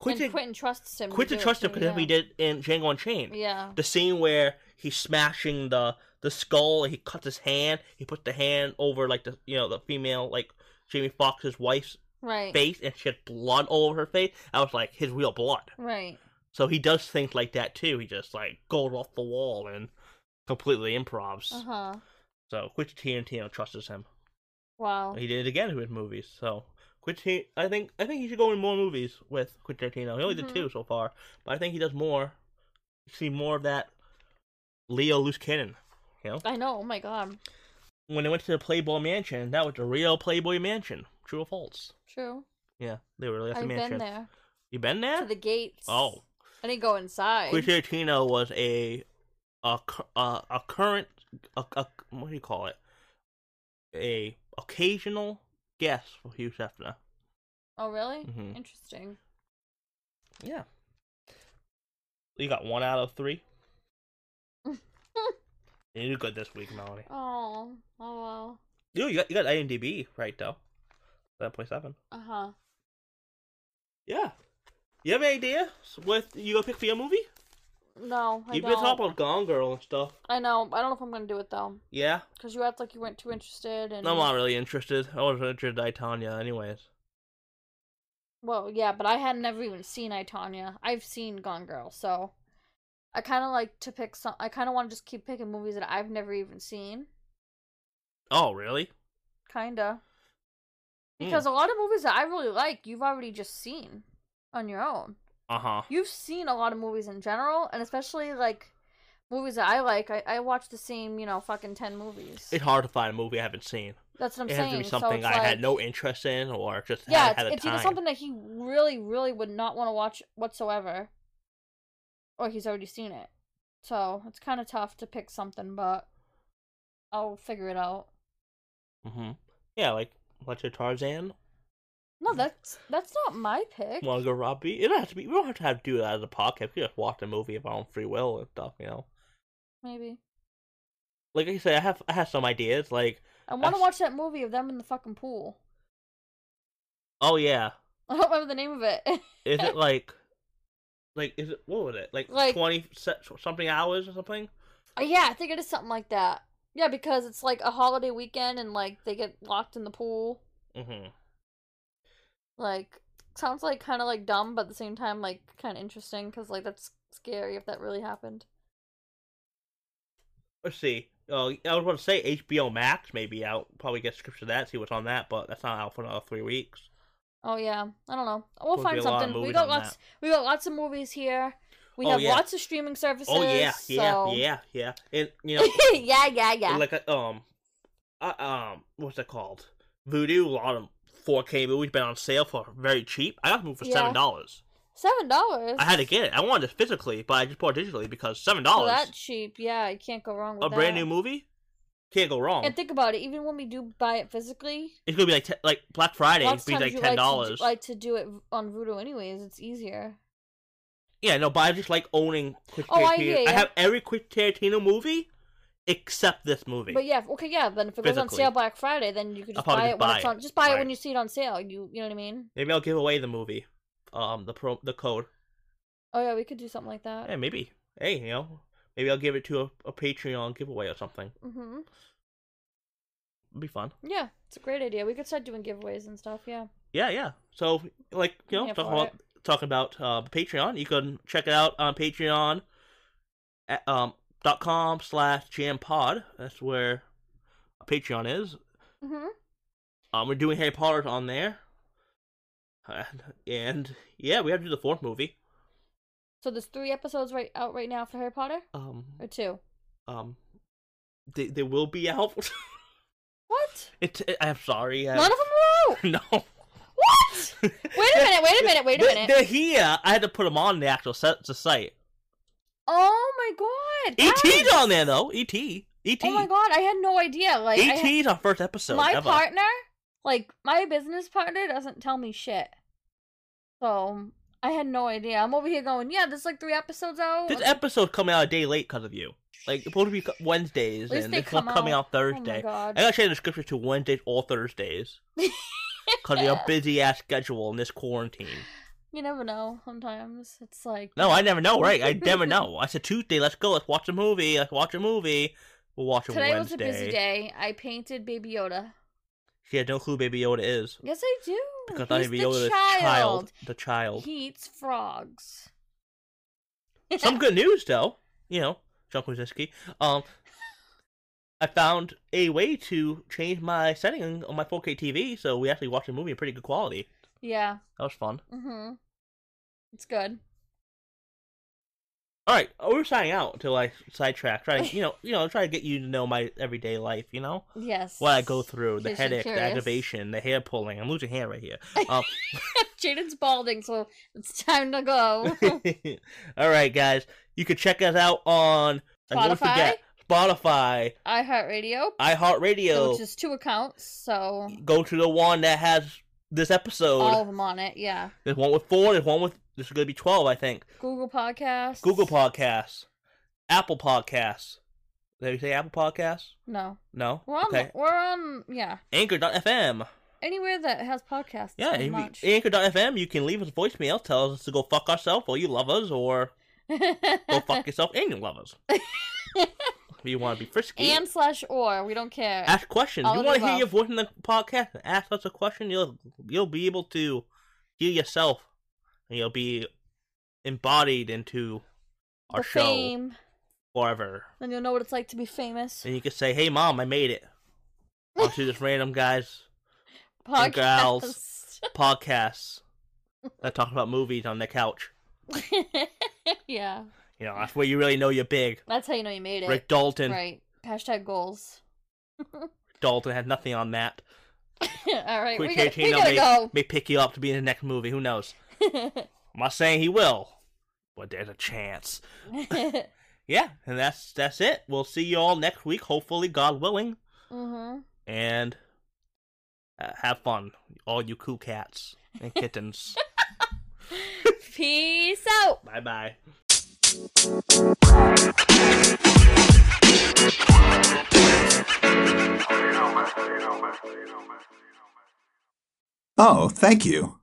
Speaker 2: Quentin,
Speaker 3: and Quentin trusts him. to
Speaker 2: Quentin
Speaker 3: do it
Speaker 2: trust him
Speaker 3: too,
Speaker 2: because that's what he did in Django Unchained.
Speaker 3: Yeah.
Speaker 2: The scene where he's smashing the the skull, and he cuts his hand. He puts the hand over like the you know the female like Jamie Foxx's wife's
Speaker 3: Right.
Speaker 2: face and she had blood all over her face. I was like, his real blood.
Speaker 3: Right.
Speaker 2: So he does things like that too. He just like goes off the wall and completely improvs.
Speaker 3: Uh huh.
Speaker 2: So Quentin Tarantino trusts him.
Speaker 3: Wow.
Speaker 2: He did it again with movies. So Quentin, I think I think he should go in more movies with Quentin Tarantino. He only
Speaker 3: Mhm.
Speaker 2: did two so far, but I think he does more. See more of that Leo loose cannon. You know,
Speaker 3: I know, oh my god.
Speaker 2: when they went to the Playboy Mansion, that was the real Playboy Mansion. True or false?
Speaker 3: True.
Speaker 2: Yeah, they were really at the
Speaker 3: I've
Speaker 2: mansion.
Speaker 3: been there.
Speaker 2: You been there?
Speaker 3: To the gates.
Speaker 2: Oh.
Speaker 3: I didn't go inside.
Speaker 2: Quentin Tarantino was a a cur- a, a current a, a what do you call it? A occasional guest for Hugh Hefner.
Speaker 3: Oh really?
Speaker 2: Mhm.
Speaker 3: Interesting.
Speaker 2: Yeah. You got one out of
Speaker 3: [LAUGHS]
Speaker 2: three. you did good this week, Melanie.
Speaker 3: Oh. Oh well.
Speaker 2: You you got you got IMDb right though. That point seven.
Speaker 3: Uh huh.
Speaker 2: Yeah. You have any idea what you gonna pick for your movie?
Speaker 3: No, I
Speaker 2: You've
Speaker 3: don't.
Speaker 2: been talking about Gone Girl and stuff.
Speaker 3: I know. I don't know if I'm gonna do it though,
Speaker 2: Yeah,
Speaker 3: because you act like you weren't too interested. And
Speaker 2: I'm not really interested. I was interested in Itanya, anyways.
Speaker 3: well, yeah, but I had never even seen I Tonya. I've seen Gone Girl, so I kind of like to pick some. I kind of want to just keep picking movies that I've never even seen.
Speaker 2: Oh, really?
Speaker 3: Kinda.
Speaker 2: Hmm.
Speaker 3: Because a lot of movies that I really like, you've already just seen on your own.
Speaker 2: Uh huh.
Speaker 3: You've seen a lot of movies in general, and especially like movies that I like. I, I watch the same, you know, fucking 10 movies.
Speaker 2: It's hard to find a movie I haven't seen.
Speaker 3: That's what I'm
Speaker 2: it
Speaker 3: saying.
Speaker 2: has to be
Speaker 3: so
Speaker 2: something
Speaker 3: it's
Speaker 2: I had
Speaker 3: like-
Speaker 2: no interest in or just
Speaker 3: Yeah,
Speaker 2: had, had
Speaker 3: it's,
Speaker 2: a
Speaker 3: it's
Speaker 2: time.
Speaker 3: either something that he really, really would not want to watch whatsoever, or he's already seen it. So it's kind of tough to pick something, but I'll figure it out.
Speaker 2: hmm Yeah, like what's your Tarzan?
Speaker 3: No,
Speaker 2: Mm-hmm.
Speaker 3: that's that's not my pick.
Speaker 2: Margot Robbie. It has to be. We don't have to have do that as a podcast. We just watch a movie of our own free will and stuff. You know,
Speaker 3: Maybe
Speaker 2: like I said, I have I have some ideas. Like,
Speaker 3: I want to
Speaker 2: s-
Speaker 3: watch that movie of them in the fucking pool. [LAUGHS]
Speaker 2: oh yeah,
Speaker 3: I don't remember the name of it. [LAUGHS]
Speaker 2: is it like, like is it what was it like,
Speaker 3: Like-
Speaker 2: twenty se- something hours or something?
Speaker 3: Uh, yeah, I think it is something like that. Yeah, because it's like a holiday weekend and like they get locked in the pool.
Speaker 2: hmm
Speaker 3: Like sounds like kind of like dumb, but at the same time like kind of interesting because like that's scary if that really happened.
Speaker 2: Let's see. Uh, I was about to say HBO Max. Maybe I'll probably get scripts of that. See what's on that, but that's not out for another three weeks.
Speaker 3: Oh yeah, I don't know. We'll
Speaker 2: Would be
Speaker 3: find
Speaker 2: a lot of
Speaker 3: something. We
Speaker 2: movies
Speaker 3: got
Speaker 2: on
Speaker 3: lots. We got lots of movies here. We
Speaker 2: Oh,
Speaker 3: have
Speaker 2: yeah.
Speaker 3: lots of streaming services.
Speaker 2: oh yeah, yeah,
Speaker 3: so-
Speaker 2: yeah, yeah. And you know,
Speaker 3: [LAUGHS] yeah, yeah, yeah.
Speaker 2: like a, um, uh, um, what's it called? Voodoo. A lot of 4K movies been on sale for very cheap. I got the movie for
Speaker 3: Yeah.
Speaker 2: seven dollars.
Speaker 3: Seven dollars.
Speaker 2: I had to get it. I wanted it physically, but I just bought it digitally because seven
Speaker 3: Oh,
Speaker 2: dollars.
Speaker 3: that cheap. Yeah, you can't go wrong with
Speaker 2: a
Speaker 3: that.
Speaker 2: brand new movie can't go wrong.
Speaker 3: And think about it. Even when we do buy it physically,
Speaker 2: it's gonna be like te- like Black Friday. It's
Speaker 3: lots of
Speaker 2: be
Speaker 3: times
Speaker 2: like
Speaker 3: you
Speaker 2: ten
Speaker 3: like to,
Speaker 2: dollars.
Speaker 3: do- like to do it on Voodoo anyways. It's easier.
Speaker 2: Yeah, no, but I just like owning Quentin
Speaker 3: Oh, I
Speaker 2: Tarantino.
Speaker 3: hear ya.
Speaker 2: I have every Quentin Tarantino movie except this movie.
Speaker 3: But yeah, okay, yeah. Then if it goes on
Speaker 2: Physically.
Speaker 3: sale Black Friday, then you could
Speaker 2: I'll
Speaker 3: just
Speaker 2: probably just
Speaker 3: buy it when
Speaker 2: buy
Speaker 3: it's
Speaker 2: it.
Speaker 3: on. Just buy it
Speaker 2: Right.
Speaker 3: when you see it on sale. You, you know what I mean?
Speaker 2: Maybe I'll give away the movie, um, the pro, the code.
Speaker 3: Oh yeah, we could do something like that.
Speaker 2: Yeah, maybe. Hey, you know, maybe I'll give it to a, a Patreon giveaway or something.
Speaker 3: Mm-hmm.
Speaker 2: It'd be fun.
Speaker 3: Yeah, it's a great idea. We could start doing giveaways and stuff. Yeah.
Speaker 2: Yeah, yeah. So, like, you know,
Speaker 3: Yeah,
Speaker 2: talking
Speaker 3: for
Speaker 2: about talking about uh, Patreon, you can check it out on Patreon at, um dot com slash jampod. That's where Patreon is.
Speaker 3: Mm-hmm.
Speaker 2: Um, we're doing Harry Potter on there, [LAUGHS] and, and yeah, we have to do the fourth movie.
Speaker 3: So there's three episodes right out right now for Harry Potter,
Speaker 2: Um,
Speaker 3: or two.
Speaker 2: um, they they will be out. [LAUGHS]
Speaker 3: What?
Speaker 2: it, I'm sorry. I-
Speaker 3: None of them are out.
Speaker 2: [LAUGHS] no.
Speaker 3: What? Wait a minute. Wait a minute. Wait a
Speaker 2: They're-
Speaker 3: minute.
Speaker 2: They're here. I had to put them on the actual set, the site.
Speaker 3: Oh my god.
Speaker 2: ET's
Speaker 3: guys.
Speaker 2: on there E though. E ET. ET.
Speaker 3: Oh my god, I had no idea. Like I had-
Speaker 2: ET's our E first episode
Speaker 3: my
Speaker 2: ever.
Speaker 3: partner, like my business partner, doesn't tell me shit. So I had no idea. I'm over here going, yeah, there's like three episodes out.
Speaker 2: This episode coming out a day late because of you. Like it's supposed to be co- Wednesdays,
Speaker 3: At least
Speaker 2: and
Speaker 3: they
Speaker 2: this one
Speaker 3: come
Speaker 2: coming
Speaker 3: out.
Speaker 2: out Thursday.
Speaker 3: Oh my god.
Speaker 2: I gotta change the description to Wednesdays or
Speaker 3: [LAUGHS]
Speaker 2: Thursdays because we have a busy ass schedule in this quarantine.
Speaker 3: you never know. Sometimes it's like
Speaker 2: No, I never know. Right? I never know. I said Tuesday. Let's go. Let's watch a movie. Let's watch a movie. We'll watch a
Speaker 3: today was
Speaker 2: Wednesday.
Speaker 3: a busy day. I painted Baby Yoda.
Speaker 2: She had no clue Baby Yoda is
Speaker 3: Yes, I do.
Speaker 2: because
Speaker 3: Oh, He's
Speaker 2: Baby
Speaker 3: the
Speaker 2: Yoda is
Speaker 3: child.
Speaker 2: child. The child.
Speaker 3: He eats frogs.
Speaker 2: Some good news, though. You know, John Krasinski. Um, I found a way to change my setting on my 4K TV, so we actually watched a movie in pretty good quality.
Speaker 3: Yeah.
Speaker 2: That was fun.
Speaker 3: Mm-hmm. It's good.
Speaker 2: All right, oh, we're signing out until I sidetrack. Try, you know, you know, try to get you to know my everyday life. You know,
Speaker 3: Yes.
Speaker 2: what I go through, the
Speaker 3: Yes, I'm
Speaker 2: headache, the
Speaker 3: curious.
Speaker 2: aggravation, the hair pulling. I'm losing hair right
Speaker 3: [LAUGHS]
Speaker 2: here. [LAUGHS] Um,
Speaker 3: [LAUGHS] Jaden's balding, so it's time
Speaker 2: [LAUGHS]
Speaker 3: to go.
Speaker 2: all right, guys, you can check us out on and don't
Speaker 3: Spotify?
Speaker 2: forget, Spotify,
Speaker 3: iHeartRadio,
Speaker 2: iHeartRadio.
Speaker 3: which is two accounts, so
Speaker 2: go to the one that has this episode.
Speaker 3: all of them on it. Yeah,
Speaker 2: There's one with four. There's one with. This is going to be twelve, I think.
Speaker 3: Google Podcasts,
Speaker 2: Google Podcasts, Apple Podcasts. Did you say Apple Podcasts?
Speaker 3: No,
Speaker 2: No.
Speaker 3: we're on.
Speaker 2: okay.
Speaker 3: We're on. Yeah,
Speaker 2: Anchor.fm.
Speaker 3: anywhere that has podcasts.
Speaker 2: Yeah, if
Speaker 3: pretty
Speaker 2: you-
Speaker 3: [LAUGHS] much.
Speaker 2: Anchor.fm. You can leave us a voicemail, tell us to go fuck ourselves, or you love us, or
Speaker 3: [LAUGHS]
Speaker 2: go fuck yourself and you love us. if you want to be frisky,
Speaker 3: and slash or we don't care.
Speaker 2: ask questions.
Speaker 3: all
Speaker 2: You
Speaker 3: of
Speaker 2: want
Speaker 3: the
Speaker 2: to hear your
Speaker 3: above.
Speaker 2: voice in the podcast? and Ask us a question. You'll you'll be able to hear yourself, and you'll be embodied into our
Speaker 3: the
Speaker 2: show
Speaker 3: fame,
Speaker 2: forever.
Speaker 3: [LAUGHS] then you'll know what it's like to be famous.
Speaker 2: And you can say, "Hey, mom, I made it." on to just random
Speaker 3: [LAUGHS]
Speaker 2: guys
Speaker 3: Podcast.
Speaker 2: gals. podcasts that talk about movies on their couch.
Speaker 3: [LAUGHS] yeah,
Speaker 2: You know, that's where you really know you're big.
Speaker 3: that's how you know you made it.
Speaker 2: Rick Dalton.
Speaker 3: Right. Hashtag goals. [LAUGHS]
Speaker 2: Dalton had nothing on that.
Speaker 3: All right,
Speaker 2: Quick
Speaker 3: we gotta, we
Speaker 2: Tarantino
Speaker 3: gotta
Speaker 2: may,
Speaker 3: go.
Speaker 2: may pick you up to be in the next movie. Who
Speaker 3: [LAUGHS]
Speaker 2: knows? I'm not saying he will, but there's a
Speaker 3: [LAUGHS]
Speaker 2: chance. Yeah, and that's that's it. We'll see you all next week, hopefully, God willing.
Speaker 3: hmm
Speaker 2: And uh, have fun, all you cool cats and
Speaker 3: [LAUGHS]
Speaker 2: kittens.
Speaker 3: Mm-hmm. Peace out.
Speaker 2: bye bye.
Speaker 8: Oh, thank you.